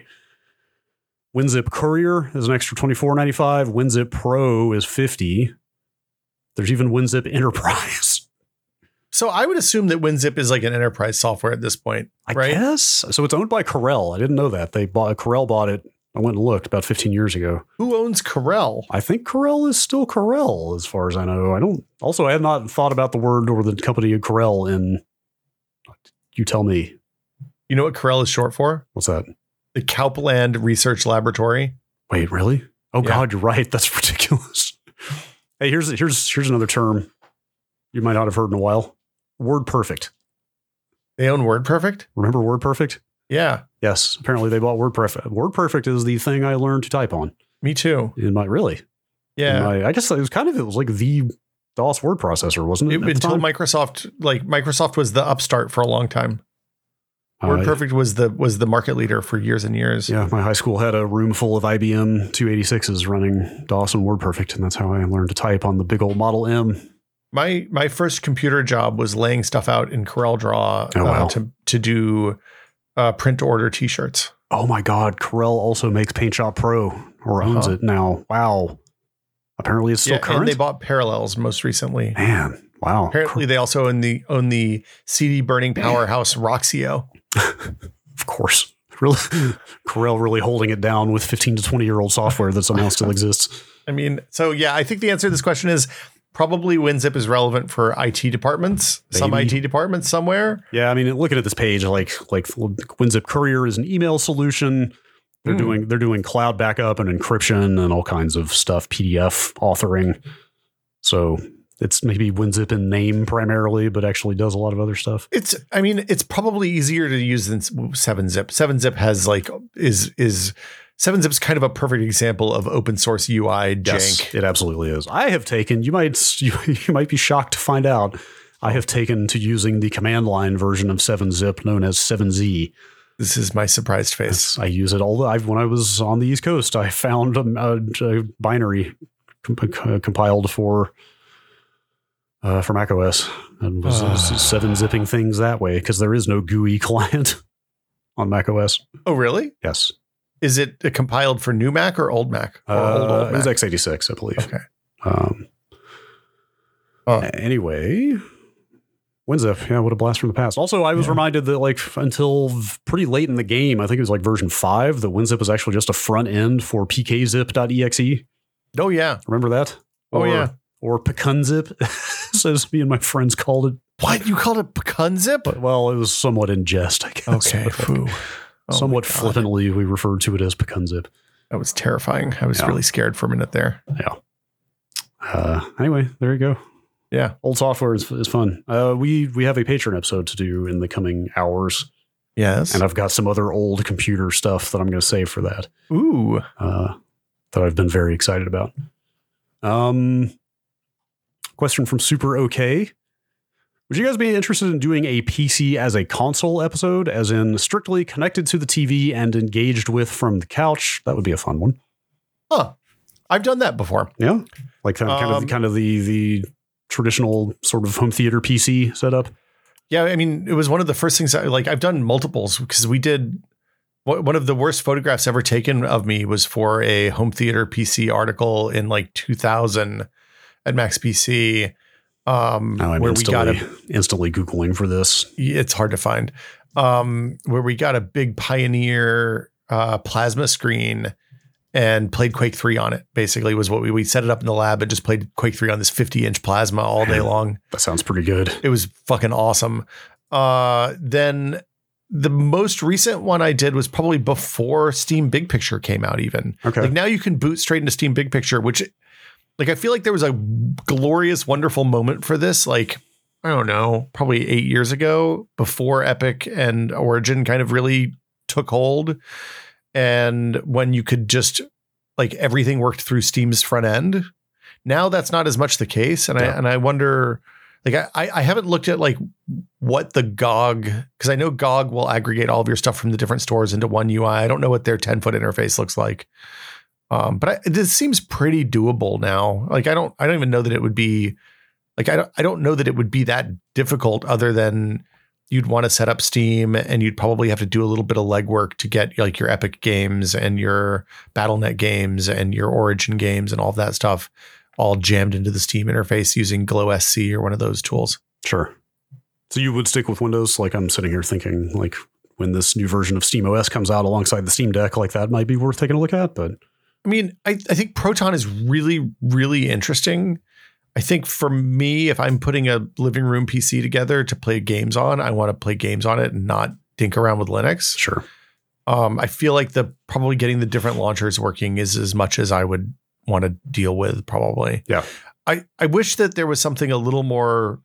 [SPEAKER 1] WinZip Courier is an extra twenty four ninety five. WinZip Pro is fifty. There's even WinZip Enterprise. *laughs*
[SPEAKER 2] So I would assume that WinZip is like an enterprise software at this point,
[SPEAKER 1] I
[SPEAKER 2] right?
[SPEAKER 1] guess so. It's owned by Corel. I didn't know that they bought Corel bought it. I went and looked about fifteen years ago.
[SPEAKER 2] Who owns Corel?
[SPEAKER 1] I think Corel is still Corel, as far as I know. I don't. Also, I have not thought about the word or the company Corel in. You tell me.
[SPEAKER 2] You know what Corel is short for?
[SPEAKER 1] What's that?
[SPEAKER 2] The Kaupland Research Laboratory.
[SPEAKER 1] Wait, really? Oh
[SPEAKER 2] Yeah.
[SPEAKER 1] God, you're right. That's *laughs* ridiculous. hey, here's here's here's another term you might not have heard in a while. Word perfect.
[SPEAKER 2] They own WordPerfect?
[SPEAKER 1] Remember word perfect?
[SPEAKER 2] Yeah,
[SPEAKER 1] Yes. Apparently, they bought word perfect. Word perfect is the thing I learned to type on
[SPEAKER 2] me too.
[SPEAKER 1] in my really. in
[SPEAKER 2] Yeah.
[SPEAKER 1] my- I guess it was kind of it was like the DOS word processor, wasn't it?
[SPEAKER 2] It-
[SPEAKER 1] at the
[SPEAKER 2] until
[SPEAKER 1] time?
[SPEAKER 2] Microsoft, like Microsoft was the upstart for a long time.
[SPEAKER 1] Uh,
[SPEAKER 2] WordPerfect was the was the market leader for years and years.
[SPEAKER 1] Yeah, my high school had a room full of IBM 286s running DOS and WordPerfect, and that's how I learned to type on the big old Model M.
[SPEAKER 2] My my first computer job was laying stuff out in Corel Draw
[SPEAKER 1] Oh,
[SPEAKER 2] uh,
[SPEAKER 1] wow.
[SPEAKER 2] to to do uh, print to order T-shirts.
[SPEAKER 1] Oh my God, Corel also makes Paint Shop Pro or owns
[SPEAKER 2] Uh-huh.
[SPEAKER 1] it now. Wow. Apparently, it's still
[SPEAKER 2] and
[SPEAKER 1] current.
[SPEAKER 2] they bought Parallels most recently.
[SPEAKER 1] Man, wow.
[SPEAKER 2] Apparently, they also own the own the CD burning powerhouse Roxio.
[SPEAKER 1] of course. *laughs* Really, Corel really holding it down with 15 to 20 year old software that somehow
[SPEAKER 2] *laughs*
[SPEAKER 1] still exists.
[SPEAKER 2] I mean, so yeah, I think the answer to this question is probably WinZip is relevant for IT departments, some
[SPEAKER 1] Maybe.
[SPEAKER 2] IT departments somewhere.
[SPEAKER 1] Yeah, I mean, looking at this page, like like WinZip Courier is an email solution. They're
[SPEAKER 2] Hmm.
[SPEAKER 1] doing they're doing cloud backup and encryption and all kinds of stuff, PDF authoring. So it's maybe WinZip in name primarily, but actually does a lot of other stuff.
[SPEAKER 2] It's, I mean, it's probably easier to use than Seven Zip. Seven Zip has like is is Seven Zip's kind of a perfect example of open source UI jank.
[SPEAKER 1] it absolutely is. I have taken you might *laughs* you, you might be shocked to find out I have taken to using the command line version of 7zip known as 7z.
[SPEAKER 2] This is my surprised face.
[SPEAKER 1] I use it all the I've when I was on the East Coast, I found um, a, a binary comp- uh, compiled for uh, for macOS and was
[SPEAKER 2] Ah.
[SPEAKER 1] seven zipping things that way because there is no GUI *laughs* client on macOS.
[SPEAKER 2] Oh, really?
[SPEAKER 1] Yes,
[SPEAKER 2] Is it compiled for new Mac or old Mac? Or old,
[SPEAKER 1] uh,
[SPEAKER 2] old
[SPEAKER 1] it was
[SPEAKER 2] Mac?
[SPEAKER 1] x86, I believe.
[SPEAKER 2] Okay.
[SPEAKER 1] Um,
[SPEAKER 2] Oh.
[SPEAKER 1] Anyway, WinZip, yeah, what a blast from the past. Also, I was
[SPEAKER 2] Yeah.
[SPEAKER 1] reminded that like until v- pretty late in the game, I think it was like version five, that WinZip was actually just a front end for pkzip.exe.
[SPEAKER 2] Oh yeah.
[SPEAKER 1] E Remember that?
[SPEAKER 2] Oh
[SPEAKER 1] Or-
[SPEAKER 2] yeah.
[SPEAKER 1] Or *laughs* pecunzip, as me and my friends called it.
[SPEAKER 2] What you called it pecan zip?
[SPEAKER 1] But well, it was somewhat in jest, I guess.
[SPEAKER 2] *laughs*
[SPEAKER 1] But,
[SPEAKER 2] Okay.
[SPEAKER 1] like,
[SPEAKER 2] Foo. Oh,
[SPEAKER 1] somewhat
[SPEAKER 2] my God.
[SPEAKER 1] flippantly, we referred to it as pecunzip.
[SPEAKER 2] That was terrifying. I was
[SPEAKER 1] Yeah.
[SPEAKER 2] really scared for a minute there.
[SPEAKER 1] Uh, anyway, there you go.
[SPEAKER 2] Yeah.
[SPEAKER 1] old software is, is fun. Uh, we we have a Patreon episode to do in the coming hours,
[SPEAKER 2] Yes.
[SPEAKER 1] and I've got some other old computer stuff that I'm going to save for that.
[SPEAKER 2] Ooh.
[SPEAKER 1] uh, that I've been very excited about. Um, question from Super OK. Would you guys be interested in doing a PC as a console episode, as in strictly connected to the TV and engaged with from the couch? That would be a fun one.
[SPEAKER 2] Huh. I've done that before.
[SPEAKER 1] Yeah, like kind of kind
[SPEAKER 2] Um,
[SPEAKER 1] of, kind of the the traditional sort of home theater PC setup.
[SPEAKER 2] Yeah. I mean, it was one of the first things I like. I've done multiples because we did one one of the worst photographs ever taken of me was for a home theater PC article in like 2000 at Max PC. Um,
[SPEAKER 1] Now I'm
[SPEAKER 2] where we got
[SPEAKER 1] instantly
[SPEAKER 2] a
[SPEAKER 1] instantly googling for this.
[SPEAKER 2] it's hard to find um where we got a big pioneer uh plasma screen and played quake 3 on it basically was what we, we set it up in the lab and just played quake 3 on this 50 inch plasma all day long
[SPEAKER 1] That sounds pretty good.
[SPEAKER 2] it was fucking awesome uh then the most recent one i did was probably before steam big picture came out even
[SPEAKER 1] Okay,
[SPEAKER 2] like now you can boot straight into Steam Big Picture, which Like I feel like there was a glorious, wonderful moment for this. Like I don't know, probably eight years ago, before Epic and Origin kind of really took hold, and when you could just like everything worked through Steam's front end. Now that's not as much the case, and
[SPEAKER 1] Yeah.
[SPEAKER 2] I and I wonder. Like I, I haven't looked at like what the GOG because I know GOG will aggregate all of your stuff from the different stores into one UI. I don't know what their ten foot interface looks like, um, but I, this seems pretty doable now. Like I don't I don't even know that it would be like I don't I don't know that it would be that difficult other than you'd want to set up Steam and you'd probably have to do a little bit of legwork to get like your Epic games and your BattleNet games and your Origin games and all of that stuff all jammed into the Steam interface using Glow SC or one of those tools.
[SPEAKER 1] Sure. So you would stick with Windows? Like I'm sitting here thinking, like when this new version of Steam OS comes out alongside the Steam Deck, like that might be worth taking a look at. But
[SPEAKER 2] I mean, I, I think Proton is really, really interesting. I think for me, if I'm putting a living room PC together to play games on, I want to play games on it and not dink around with Linux.
[SPEAKER 1] sure,
[SPEAKER 2] Um, I feel like the probably getting the different launchers working is as much as I would want to deal with, probably.
[SPEAKER 1] Yeah.
[SPEAKER 2] I, I wish that there was something a little more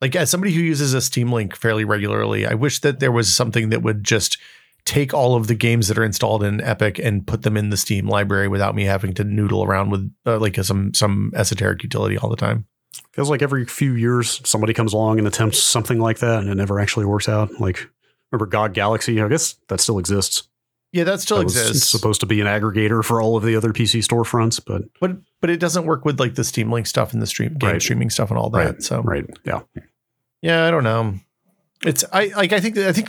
[SPEAKER 2] like as somebody who uses a Steam Link fairly regularly, I wish that there was something that would just take all of the games that are installed in Epic and put them in the Steam library without me having to noodle around with uh, like some some esoteric utility all the time.
[SPEAKER 1] feels like every few years somebody comes along and attempts something like that, and it never actually works out. Like remember God Galaxy? I guess that still exists.
[SPEAKER 2] Yeah, that still
[SPEAKER 1] That was
[SPEAKER 2] exists.
[SPEAKER 1] supposed to be an aggregator for all of the other PC storefronts, but
[SPEAKER 2] but but it doesn't work with like the Steam Link stuff and the stream game
[SPEAKER 1] Right.
[SPEAKER 2] streaming stuff and all that. So
[SPEAKER 1] right, yeah,
[SPEAKER 2] Yeah, I don't know. It's I like I think I think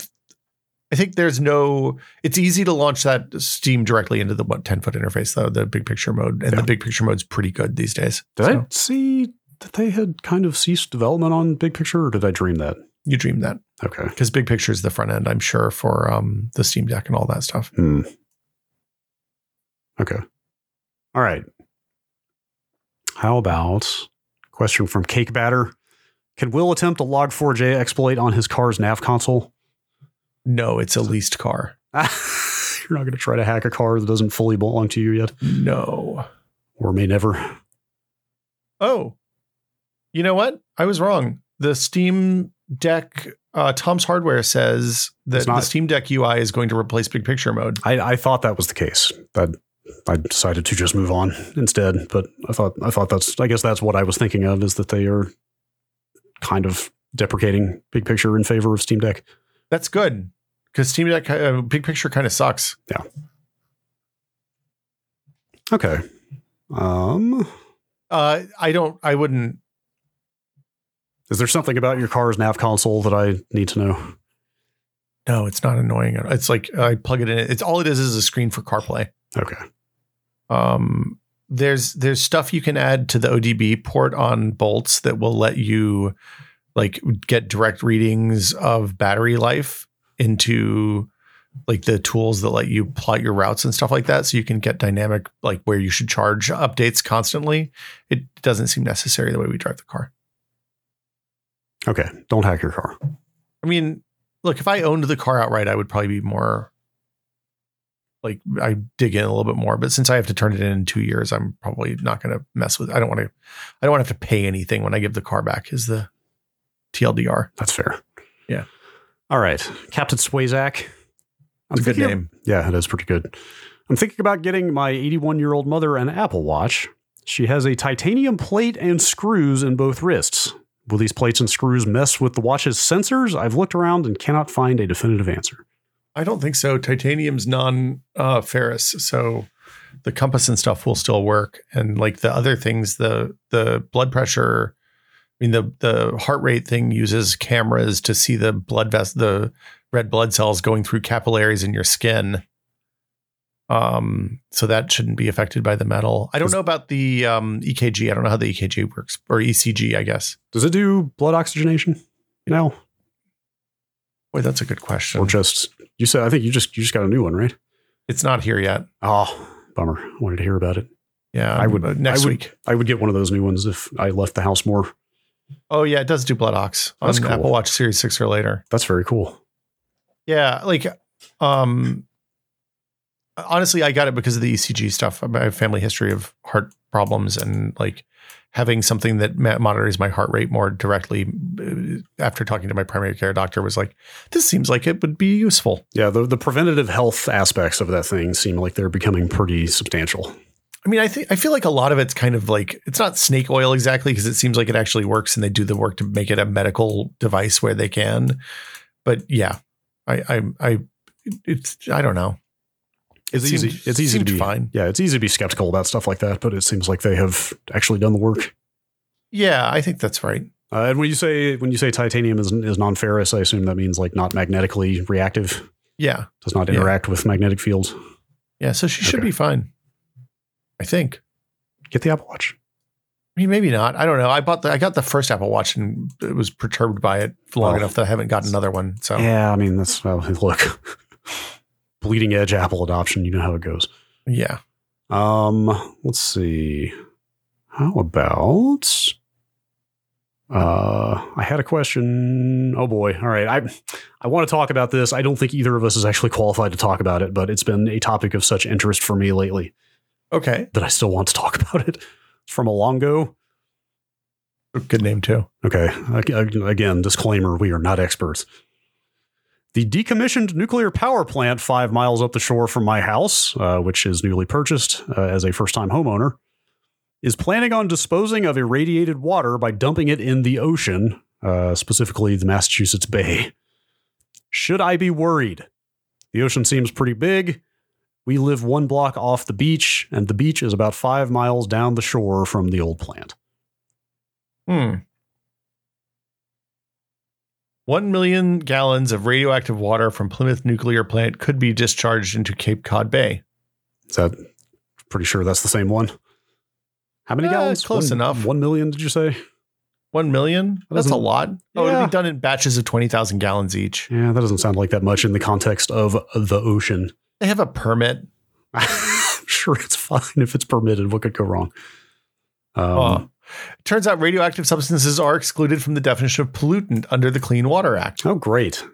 [SPEAKER 2] I think there's no it's easy to launch that Steam directly into the what 10 foot interface though, the big picture mode. And
[SPEAKER 1] Yeah.
[SPEAKER 2] the big picture mode's pretty good these days.
[SPEAKER 1] Did I
[SPEAKER 2] So,
[SPEAKER 1] see that they had kind of ceased development on Big Picture, or did I dream that?
[SPEAKER 2] you dream that.
[SPEAKER 1] Okay.
[SPEAKER 2] Because big picture is the front end, I'm sure, for um the Steam Deck and all that stuff.
[SPEAKER 1] Hmm. Okay. All right. How about question from Cake Batter? Can Will attempt a log4j exploit on his car's nav console? *laughs*
[SPEAKER 2] No, it's a leased car.
[SPEAKER 1] You're not going to try to hack a car that doesn't fully belong to you yet,
[SPEAKER 2] No.
[SPEAKER 1] or may never.
[SPEAKER 2] Oh. You know what? I was wrong. The Steam Deck uh, Tom's Hardware says that
[SPEAKER 1] It's not-
[SPEAKER 2] the Steam Deck UI is going to replace big picture mode.
[SPEAKER 1] I, I thought that was the case. That I decided to just move on instead. But I thought I thought that's I guess that's what I was thinking of is that they are kind of deprecating big picture in favor of Steam Deck.
[SPEAKER 2] That's good because Steam Deck uh, big picture kind of sucks.
[SPEAKER 1] Okay. Um.
[SPEAKER 2] Uh, I don't. I wouldn't.
[SPEAKER 1] Is there something about your car's nav console that I need to know?
[SPEAKER 2] No, it's not annoying. It's like I plug it in. It's all it is is a screen for CarPlay.
[SPEAKER 1] Okay.
[SPEAKER 2] Um, there's there's stuff you can add to the ODB port on Bolts that will let you like get direct readings of battery life into like the tools that let you plot your routes and stuff like that so you can get dynamic like where you should charge updates constantly it doesn't seem necessary the way we drive the car
[SPEAKER 1] Okay. Don't hack your car.
[SPEAKER 2] I mean, look, if I owned the car outright, I would probably be more like I dig in a little bit more. But since I have to turn it in in two years, I'm probably not going to mess with. I don't want to. I don't want to have to pay anything when I give the car back. Is the TLDR?
[SPEAKER 1] That's fair.
[SPEAKER 2] Yeah.
[SPEAKER 1] All right. Captain Swayzak. I'm
[SPEAKER 2] It's a good
[SPEAKER 1] thinking of-
[SPEAKER 2] name.
[SPEAKER 1] yeah, it is pretty good. I'm thinking about getting my 81 year old mother an Apple Watch. She has a titanium plate and screws in both wrists. Will these plates and screws mess with the watch's sensors? I've looked around and cannot find a definitive answer.
[SPEAKER 2] I don't think so. Titanium's non uh, ferrous, so the compass and stuff will still work. And like the other things, the the blood pressure, I mean the the heart rate thing uses cameras to see the blood vest, the red blood cells going through capillaries in your skin. Um, so that shouldn't be affected by the metal. I don't know about the um, EKG. I don't know how the EKG works or ECG. I guess.
[SPEAKER 1] Does it do blood oxygenation now?
[SPEAKER 2] Boy, that's a good question.
[SPEAKER 1] Or just you said I think you just you just got a new one, right?
[SPEAKER 2] It's not here yet.
[SPEAKER 1] Oh, bummer. I wanted to hear about it.
[SPEAKER 2] Yeah,
[SPEAKER 1] I would-
[SPEAKER 2] but next
[SPEAKER 1] I would-
[SPEAKER 2] week.
[SPEAKER 1] I would get one of those new ones if I left the house more.
[SPEAKER 2] Oh yeah, it does do blood ox on
[SPEAKER 1] That's cool.
[SPEAKER 2] Apple Watch Series Six or later.
[SPEAKER 1] That's very cool.
[SPEAKER 2] Yeah, like, E um, honestly, I got it because of the ECG stuff. I have family history of heart problems and like having something that ma- monitors my heart rate more directly uh, after talking to my primary care doctor was like this seems like it would be useful
[SPEAKER 1] Yeah, the, the preventative health aspects of that thing seem like they're becoming pretty substantial.
[SPEAKER 2] I mean, I think I feel like a lot of it's kind of like it's not snake oil exactly because it seems like it actually works and they do the work to make it a medical device where they can. But yeah, I I, I it's I don't know.
[SPEAKER 1] It's
[SPEAKER 2] It
[SPEAKER 1] easy.
[SPEAKER 2] seemed-
[SPEAKER 1] It's easy to be
[SPEAKER 2] seemed fine.
[SPEAKER 1] Yeah, it's easy to be skeptical about stuff like that, but it seems like they have actually done the work.
[SPEAKER 2] Yeah, I think that's right.
[SPEAKER 1] Uh, and when you say when you say titanium is is non ferrous, I assume that means like not magnetically reactive,
[SPEAKER 2] Yeah,
[SPEAKER 1] does not
[SPEAKER 2] Yeah.
[SPEAKER 1] interact with magnetic fields.
[SPEAKER 2] yeah. So she should
[SPEAKER 1] Okay.
[SPEAKER 2] be fine. I think.
[SPEAKER 1] Get the Apple Watch.
[SPEAKER 2] I mean, maybe not. I don't know. I bought the I got the first Apple Watch and it was perturbed by it long
[SPEAKER 1] Oh.
[SPEAKER 2] enough that I haven't gotten another one. So
[SPEAKER 1] Yeah, I mean that's well, *laughs* look, bleeding edge Apple adoption. You know how it goes.
[SPEAKER 2] yeah.
[SPEAKER 1] Um, let's see. How about? Uh, I had a question. Oh boy! All right, I I want to talk about this. I don't think either of us is actually qualified to talk about it, but it's been a topic of such interest for me lately
[SPEAKER 2] Okay.
[SPEAKER 1] that I still want to talk *laughs* about it. It's from Alongo.
[SPEAKER 2] Good name too.
[SPEAKER 1] Okay. Ag- ag- Again, disclaimer we are not experts. The decommissioned nuclear power plant five miles up the shore from my house, uh, which is newly purchased uh, as a first time homeowner, is planning on disposing of irradiated water by dumping it in the ocean, uh, specifically the Massachusetts Bay. Should I be worried? The ocean seems pretty big. We live one block off the beach, and the beach is about five miles down the shore from the old plant.
[SPEAKER 2] Hmm. One million gallons of radioactive water from Plymouth nuclear plant could be discharged into Cape Cod Bay.
[SPEAKER 1] Is that pretty sure that's the same one? How many
[SPEAKER 2] Uh,
[SPEAKER 1] gallons?
[SPEAKER 2] close
[SPEAKER 1] One-
[SPEAKER 2] enough.
[SPEAKER 1] One million, did you say?
[SPEAKER 2] One million? That's a
[SPEAKER 1] Doesn't-
[SPEAKER 2] lot. Oh, it'll
[SPEAKER 1] Yeah.
[SPEAKER 2] be done in batches of 20,000 gallons each.
[SPEAKER 1] Yeah, that doesn't sound like that much in the context of the ocean. *laughs*
[SPEAKER 2] They have a permit.
[SPEAKER 1] sure, it's fine if it's permitted. What could go wrong? Um,
[SPEAKER 2] Oh. It turns out radioactive substances are excluded from the definition of pollutant under the Clean Water Act.
[SPEAKER 1] Oh, great.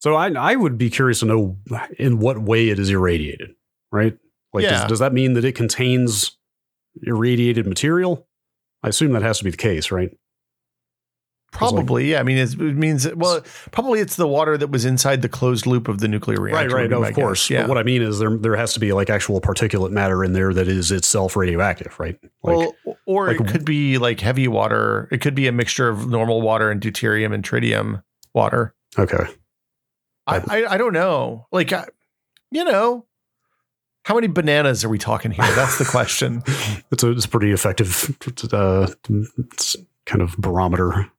[SPEAKER 1] So I, I would be curious to know in what way it is irradiated, right? Like,
[SPEAKER 2] Yeah.
[SPEAKER 1] does, does that mean that it contains irradiated material? I assume that has to be the case, right? like-
[SPEAKER 2] Probably, yeah. I mean, it's, it means, well, probably it's the water that was inside the closed loop of the nuclear reactor.
[SPEAKER 1] Right,
[SPEAKER 2] would
[SPEAKER 1] right.
[SPEAKER 2] be
[SPEAKER 1] No,
[SPEAKER 2] my
[SPEAKER 1] of
[SPEAKER 2] guess.
[SPEAKER 1] course.
[SPEAKER 2] Yeah.
[SPEAKER 1] But what I mean is there there has to be like actual particulate matter in there that is itself radioactive, right? Like
[SPEAKER 2] well, or
[SPEAKER 1] like-
[SPEAKER 2] it could be like heavy water. It could be a mixture of normal water and deuterium and tritium water.
[SPEAKER 1] okay.
[SPEAKER 2] I, I, I don't know. Like, I, you know, how many bananas are we talking here?
[SPEAKER 1] *laughs*
[SPEAKER 2] That's the question.
[SPEAKER 1] It's a it's a pretty effective uh, it's kind of barometer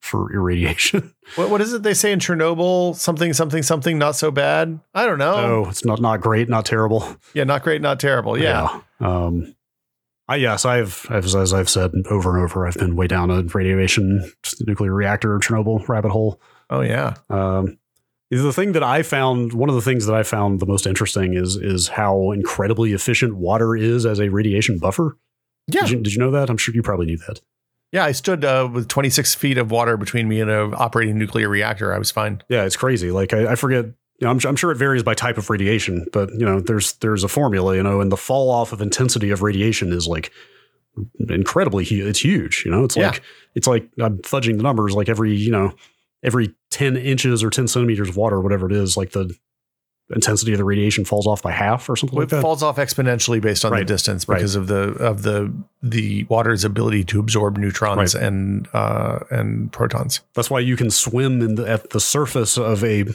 [SPEAKER 1] for
[SPEAKER 2] *laughs*
[SPEAKER 1] irradiation.
[SPEAKER 2] what, what is it they say in Chernobyl? Something, something, something, not so bad. I don't know.
[SPEAKER 1] Oh, it's not not great, not terrible.
[SPEAKER 2] Yeah, not great, not terrible. Yeah.
[SPEAKER 1] Yeah. Um I yes, I've, I've as I've said over and over, I've been way down a radiation nuclear reactor Chernobyl rabbit hole.
[SPEAKER 2] Oh, yeah.
[SPEAKER 1] Um, the thing that I found, one of the things that I found the most interesting is is how incredibly efficient water is as a radiation buffer.
[SPEAKER 2] Yeah.
[SPEAKER 1] Did you, did you know that? I'm sure you probably knew that.
[SPEAKER 2] Yeah. I stood uh, with 26 feet of water between me and an operating nuclear reactor. I was fine.
[SPEAKER 1] Yeah, it's crazy. Like I, I forget. You know, I'm, su- I'm sure it varies by type of radiation, but you know, there's there's a formula. You know, and the fall off of intensity of radiation is like incredibly. Hu- it's huge. You know, it's
[SPEAKER 2] Yeah.
[SPEAKER 1] like it's like I'm fudging the numbers. Like every you know every 10 inches or 10 centimeters of water, whatever it is, like the intensity of the radiation falls off by half or something
[SPEAKER 2] Well,
[SPEAKER 1] like
[SPEAKER 2] it
[SPEAKER 1] that.
[SPEAKER 2] falls off exponentially based on the
[SPEAKER 1] Right.
[SPEAKER 2] distance
[SPEAKER 1] Right.
[SPEAKER 2] because of the of the the water's ability to absorb neutrons
[SPEAKER 1] Right.
[SPEAKER 2] and uh, and protons.
[SPEAKER 1] That's why you can swim in the, at the surface of a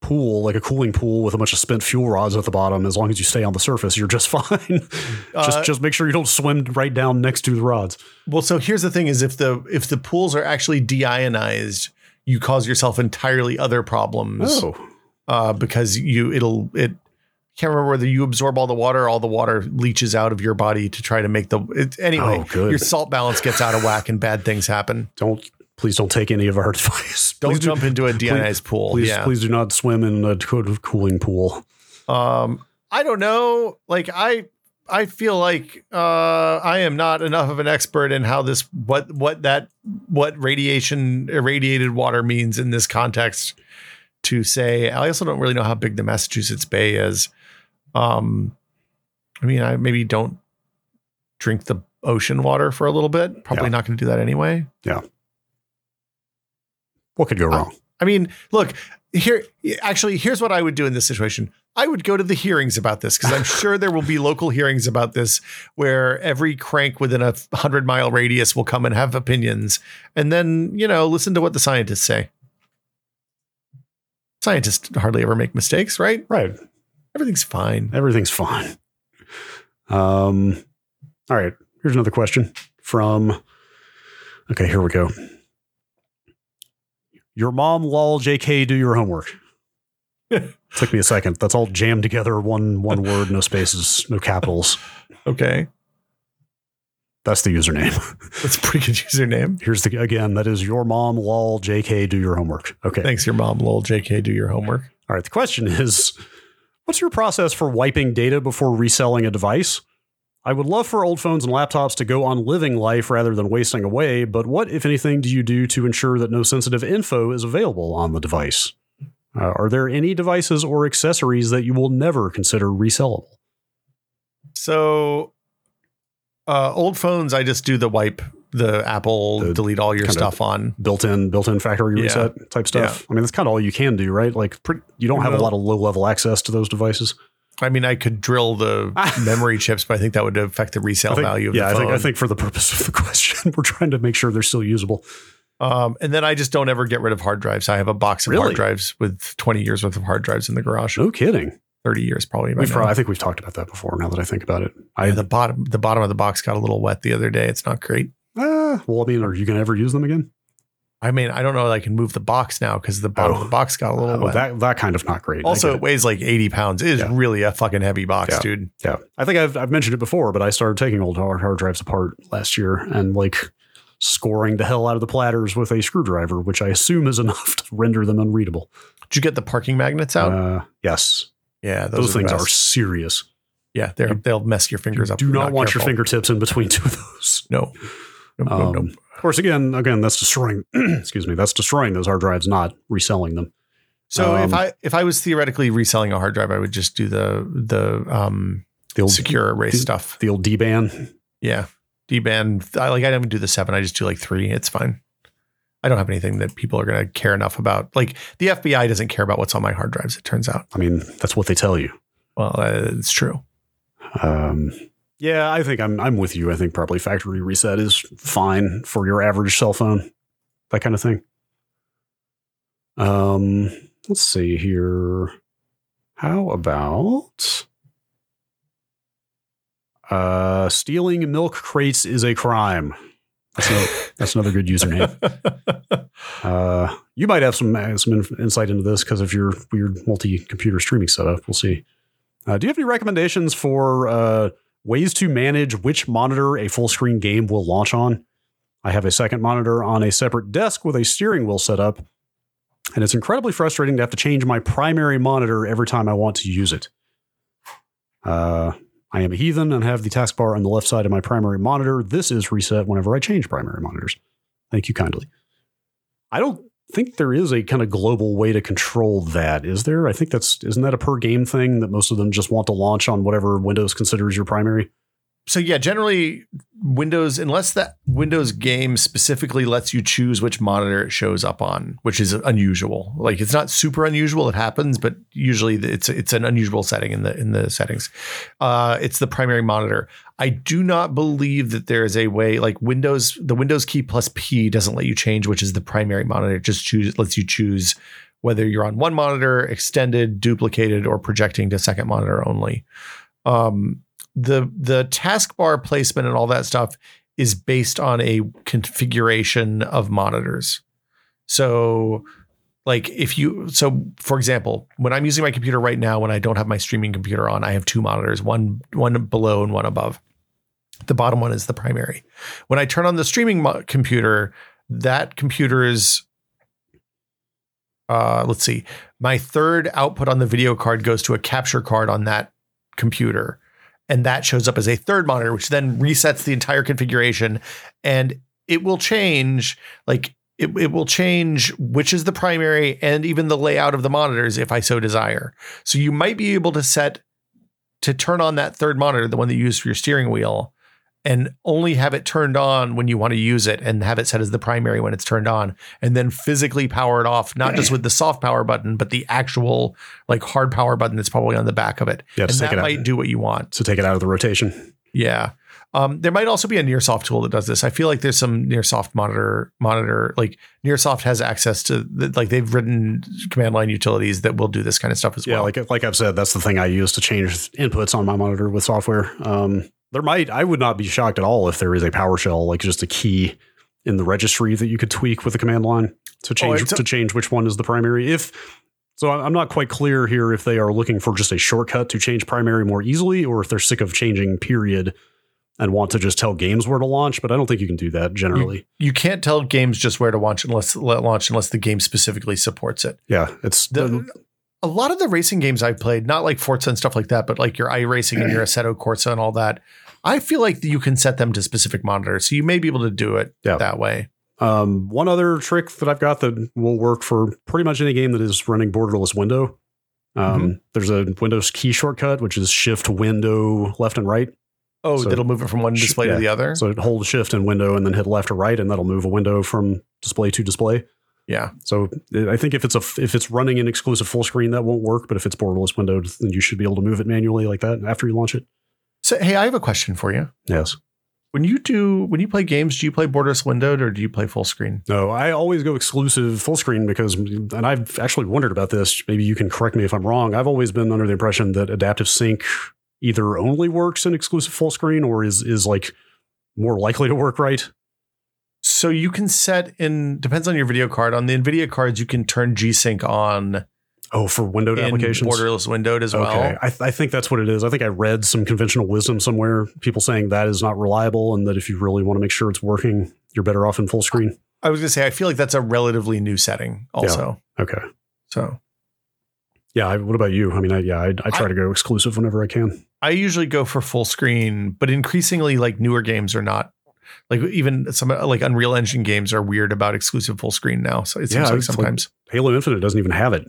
[SPEAKER 1] pool, like a cooling pool with a bunch of spent fuel rods at the bottom. As long as you stay on the surface, you're just *laughs* fine.
[SPEAKER 2] Uh,
[SPEAKER 1] just just make sure you don't swim right down next to the rods.
[SPEAKER 2] Well, so here's the thing: is if the if the pools are actually deionized, you cause yourself entirely other problems
[SPEAKER 1] oh,
[SPEAKER 2] uh, because you it'll it. Can't remember whether you absorb all the water, or all the water leaches out of your body to try to make the. It, anyway,
[SPEAKER 1] Oh, good.
[SPEAKER 2] your salt balance gets out of whack and bad things happen.
[SPEAKER 1] don't please don't take any of our *laughs* advice.
[SPEAKER 2] Don't
[SPEAKER 1] please
[SPEAKER 2] jump
[SPEAKER 1] do,
[SPEAKER 2] into a deionized pool.
[SPEAKER 1] Please,
[SPEAKER 2] yeah.
[SPEAKER 1] please do not swim in a co- cooling pool.
[SPEAKER 2] Um, I don't know. Like I, I feel like uh, I am not enough of an expert in how this, what, what that, what radiation irradiated water means in this context. To say, I also don't really know how big the Massachusetts Bay is. Um, I mean, I maybe don't drink the ocean water for a little bit. Probably
[SPEAKER 1] Yeah.
[SPEAKER 2] not going to do that anyway.
[SPEAKER 1] What could go
[SPEAKER 2] Uh,
[SPEAKER 1] wrong?
[SPEAKER 2] I mean, look, here actually here's what I would do in this situation. I would go to the hearings about this because I'm sure there will be local hearings about this where every crank within a 100 mile radius will come and have opinions and then, you know, listen to what the scientists say. Scientists hardly ever make mistakes, right?
[SPEAKER 1] right. *laughs*
[SPEAKER 2] Everything's fine.
[SPEAKER 1] Everything's fine. Um, all right. Here's another question from. Okay, here we go. Your mom, lol, JK, do your homework. Took me a second. That's all jammed together. One one word, no spaces, no capitals.
[SPEAKER 2] Okay.
[SPEAKER 1] That's the username.
[SPEAKER 2] That's a pretty good username.
[SPEAKER 1] Here's the again. That is your mom, lol, JK, do your homework. Okay.
[SPEAKER 2] Thanks, your mom, lol. JK, do your homework.
[SPEAKER 1] All right. The question *laughs* is what's your process for wiping data before reselling a device? I would love for old phones and laptops to go on living life rather than wasting away, but what, if anything, do you do to ensure that no sensitive info is available on the device? Uh, are there any devices or accessories that you will never consider resellable?
[SPEAKER 2] So, uh, old phones, I just do the wipe, the Apple
[SPEAKER 1] The
[SPEAKER 2] delete all your
[SPEAKER 1] kind of-
[SPEAKER 2] stuff on.
[SPEAKER 1] Built-in, built-in factory
[SPEAKER 2] Yeah.
[SPEAKER 1] reset type stuff. I mean, that's kind of all you can do, right? Like, pre- you don't have a
[SPEAKER 2] Well-
[SPEAKER 1] lot of low-level access to those devices.
[SPEAKER 2] I mean, I could
[SPEAKER 1] *laughs*
[SPEAKER 2] drill the memory chips, but I think that would affect the resale
[SPEAKER 1] I think-
[SPEAKER 2] value of
[SPEAKER 1] yeah,
[SPEAKER 2] the phone.
[SPEAKER 1] I think I think for the purpose of the *laughs* question, we're trying to make sure they're still usable.
[SPEAKER 2] Um, and then I just don't ever get rid of hard drives. I have a box of
[SPEAKER 1] Really?
[SPEAKER 2] hard drives with 20 years worth of hard drives in the garage.
[SPEAKER 1] No kidding.
[SPEAKER 2] 30 years probably. by
[SPEAKER 1] We've
[SPEAKER 2] now.
[SPEAKER 1] probably, I think we've talked about that before. Now that I think about it, I
[SPEAKER 2] the bottom, the bottom of the box got a little wet the other day. It's not great.
[SPEAKER 1] uh, well, I mean, are you going to ever use them again?
[SPEAKER 2] I mean, I don't know that I can move the box now because the bottom
[SPEAKER 1] Oh.
[SPEAKER 2] of the box got a little
[SPEAKER 1] Oh,
[SPEAKER 2] wet.
[SPEAKER 1] that that kind of not great. I
[SPEAKER 2] also,
[SPEAKER 1] get
[SPEAKER 2] it weighs like 80 pounds. It is
[SPEAKER 1] Yeah.
[SPEAKER 2] really a fucking heavy box,
[SPEAKER 1] Yeah.
[SPEAKER 2] dude.
[SPEAKER 1] it. yeah, I think I've I've mentioned it before, but I started taking old hard, hard drives apart last year and like scoring the hell out of the platters with a screwdriver, which I assume is enough to render them unreadable.
[SPEAKER 2] Did you get the parking magnets out?
[SPEAKER 1] Uh, yes,
[SPEAKER 2] yeah,
[SPEAKER 1] those, things
[SPEAKER 2] best.
[SPEAKER 1] are serious.
[SPEAKER 2] Yeah, they're, they'll mess your fingers up.
[SPEAKER 1] Do
[SPEAKER 2] if you're
[SPEAKER 1] not, want your
[SPEAKER 2] careful.
[SPEAKER 1] fingertips in between two of those.
[SPEAKER 2] No. Nope, nope,
[SPEAKER 1] Um,
[SPEAKER 2] nope.
[SPEAKER 1] Of course, again, again, that's destroying. *clears throat* excuse me, that's destroying those hard drives, not reselling them.
[SPEAKER 2] So if
[SPEAKER 1] um,
[SPEAKER 2] I if I was theoretically reselling a hard drive, I would just do the the um,
[SPEAKER 1] The old
[SPEAKER 2] secure erase
[SPEAKER 1] the-
[SPEAKER 2] stuff.
[SPEAKER 1] the old D ban.
[SPEAKER 2] Yeah, D band. I, like I don't even do the seven. I just do like three. It's fine. I don't have anything that people are going to care enough about. Like the FBI doesn't care about what's on my hard drives. It turns out.
[SPEAKER 1] I mean, that's what they tell you.
[SPEAKER 2] Well, uh, it's true.
[SPEAKER 1] Um, yeah, I think I'm I'm with you. I think probably factory reset is fine for your average cell phone, that kind of thing. Um, let's see here. How about uh, stealing milk crates is a crime? That's, another that's another *laughs* good username.
[SPEAKER 2] *laughs*
[SPEAKER 1] Uh, you might have some uh, some inf- insight into this because of your weird multi-computer streaming setup. We'll see. Uh, do you have any recommendations for uh, ways to manage which monitor a full screen game will launch on? I have a second monitor on a separate desk with a steering wheel set up, and it's incredibly frustrating to have to change my primary monitor every time I want to use it. Uh, I am a heathen and have the taskbar on the left side of my primary monitor. This is reset whenever I change primary monitors. Thank you kindly. I don't think there is a kind of global way to control that, is there? I think that's isn't that a per game thing that most of them just want to launch on whatever Windows considers your primary?
[SPEAKER 2] so yeah, generally Windows, unless that Windows game specifically lets you choose which monitor it shows up on, which is unusual. Like it's not super unusual; it happens, but usually it's it's an unusual setting in the in the settings. Uh, it's the primary monitor. I do not believe that there is a way like Windows. The Windows key plus P doesn't let you change which is the primary monitor. It just choose lets you choose whether you're on one monitor, extended, duplicated, or projecting to second monitor only. Um, the the taskbar placement and all that stuff is based on a configuration of monitors. So like if you so for example, when I'm using my computer right now when I don't have my streaming computer on, I have two monitors, one one below and one above. The bottom one is the primary. When I turn on the streaming mo- computer, that computer's uh, let's see. My third output on the video card goes to a capture card on that computer and that shows up as a third monitor, which then resets the entire configuration, and it will change like it, it will change which is the primary and even the layout of the monitors if I so desire. So you might be able to set to turn on that third monitor, the one that you use for your steering wheel, and only have it turned on when you want to use it and have it set as the primary when it's turned on and then physically power it off not just with the soft power button but the actual like hard power button that's probably on the back of it
[SPEAKER 1] Yeah,
[SPEAKER 2] and
[SPEAKER 1] just take
[SPEAKER 2] that
[SPEAKER 1] it out.
[SPEAKER 2] might do what you want
[SPEAKER 1] So take it out of the rotation.
[SPEAKER 2] yeah. Um, there might also be a Nearsoft tool that does this. I feel like there's some Nearsoft monitor monitor like Nearsoft has access to the, like they've written command line utilities that will do this kind of stuff as
[SPEAKER 1] Yeah,
[SPEAKER 2] well.
[SPEAKER 1] like like I've said, that's the thing I use to change inputs on my monitor with software. Um, there might I would not be shocked at all if there is a PowerShell like just a key in the registry that you could tweak with the command line to change
[SPEAKER 2] Oh, it's a-
[SPEAKER 1] to change which one is the primary. If so, I'm I'm not quite clear here if they are looking for just a shortcut to change primary more easily, or if they're sick of changing period and want to just tell games where to launch. But I don't think you can do that generally.
[SPEAKER 2] you can't tell games just where to launch unless let launch unless the game specifically supports it.
[SPEAKER 1] yeah, it's
[SPEAKER 2] The, a lot of the racing games I've played, not like Forza and stuff like that, but like your iRacing *clears throat* and your Assetto Corsa and all that, I feel like you can set them to specific monitors, so you may be able to do it
[SPEAKER 1] Yeah.
[SPEAKER 2] that way.
[SPEAKER 1] Um, one other trick that I've got that will work for pretty much any game that is running borderless window. Um, There's a Windows key shortcut, which is Shift Window left and right.
[SPEAKER 2] Oh,
[SPEAKER 1] So-
[SPEAKER 2] that'll move it from one
[SPEAKER 1] Sh-
[SPEAKER 2] display
[SPEAKER 1] yeah.
[SPEAKER 2] to the other.
[SPEAKER 1] So hold Shift and Window, and then hit left or right, and that'll move a window from display to display.
[SPEAKER 2] yeah.
[SPEAKER 1] So uh, I think if it's a f- if it's running an exclusive full screen, that won't work. But if it's borderless window, then you should be able to move it manually like that after you launch it.
[SPEAKER 2] So hey, I have a question for you.
[SPEAKER 1] Yes.
[SPEAKER 2] when you do when you play games do you play borderless windowed or do you play full screen
[SPEAKER 1] No, I always go exclusive full screen because, and I've actually wondered about this. Maybe you can correct me if I'm wrong. I've always been under the impression that adaptive sync either only works in exclusive full screen or is is like more likely to work right.
[SPEAKER 2] so you can set in depends on your video card on the nvidia cards you can turn g-sync on
[SPEAKER 1] Oh, for windowed
[SPEAKER 2] in
[SPEAKER 1] applications.
[SPEAKER 2] borderless windowed as well
[SPEAKER 1] I, th- I think that's what it is. I think I read some conventional wisdom somewhere, people saying that is not reliable and that if you really want to make sure it's working, you're better off in full screen.
[SPEAKER 2] i was going to say i feel like that's a relatively new setting also
[SPEAKER 1] Okay.
[SPEAKER 2] so
[SPEAKER 1] Yeah. I, what about you? I mean, I, yeah, I, I try to go exclusive whenever I can.
[SPEAKER 2] i usually go for full screen but increasingly like newer games are not like even some like unreal engine games are weird about exclusive full screen now so it
[SPEAKER 1] Yeah,
[SPEAKER 2] seems like
[SPEAKER 1] it's like-
[SPEAKER 2] sometimes
[SPEAKER 1] Halo Infinite doesn't even have it.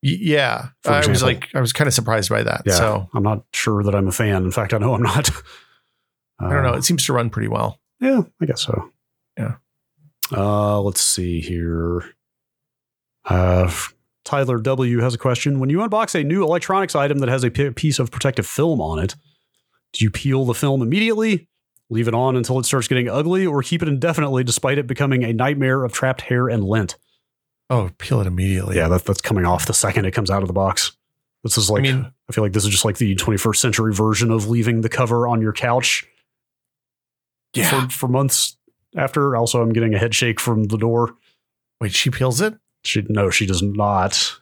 [SPEAKER 2] Y- yeah
[SPEAKER 1] For
[SPEAKER 2] i was
[SPEAKER 1] example.
[SPEAKER 2] like i was kind of surprised by that
[SPEAKER 1] Yeah,
[SPEAKER 2] so
[SPEAKER 1] I'm not sure that I'm a fan. In fact, I know I'm not.
[SPEAKER 2] i
[SPEAKER 1] Uh,
[SPEAKER 2] don't know it seems to run pretty well
[SPEAKER 1] yeah, I guess so.
[SPEAKER 2] Yeah.
[SPEAKER 1] Uh, let's see here. Uh, Tyler W has a question. When you unbox a new electronics item that has a p- piece of protective film on it, do you peel the film immediately, leave it on until it starts getting ugly, or keep it indefinitely despite it becoming a nightmare of trapped hair and lint?
[SPEAKER 2] oh peel it immediately
[SPEAKER 1] Yeah, that, that's coming off the second it comes out of the box. This is like
[SPEAKER 2] I mean,
[SPEAKER 1] I feel like this is just like the 21st century version of leaving the cover on your couch
[SPEAKER 2] yeah.
[SPEAKER 1] for, for months after. Also, I'm getting a head shake from the door.
[SPEAKER 2] Wait, she peels it?
[SPEAKER 1] She no, she does not.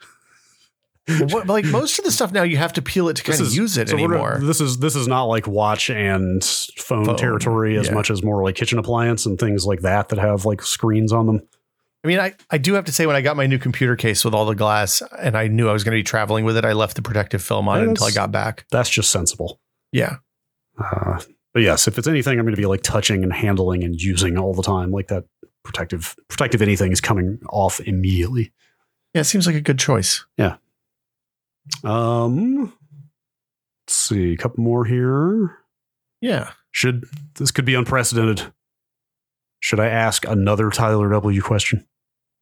[SPEAKER 2] What, *laughs* like most of the stuff now, you have to peel it to
[SPEAKER 1] This
[SPEAKER 2] kind of
[SPEAKER 1] is-
[SPEAKER 2] use it
[SPEAKER 1] So we're not-
[SPEAKER 2] anymore.
[SPEAKER 1] this is this is not like watch and phone,
[SPEAKER 2] Phone,
[SPEAKER 1] territory as
[SPEAKER 2] yeah.
[SPEAKER 1] much as more like kitchen appliance and things like that that have like screens on them.
[SPEAKER 2] I mean, I, I do have to say, when I got my new computer case with all the glass and I knew I was going to be traveling with it, I left the protective film on
[SPEAKER 1] Yeah,
[SPEAKER 2] it until I
[SPEAKER 1] that's-
[SPEAKER 2] got back.
[SPEAKER 1] That's just sensible.
[SPEAKER 2] Yeah.
[SPEAKER 1] Uh, but yes, if it's anything, I'm going to be like touching and handling and using all the time. Like that protective protective anything is coming off immediately.
[SPEAKER 2] Yeah, it seems like a good choice.
[SPEAKER 1] Um, let's see, a couple more here.
[SPEAKER 2] Yeah.
[SPEAKER 1] Should this could be unprecedented? Should I ask another Tyler W question?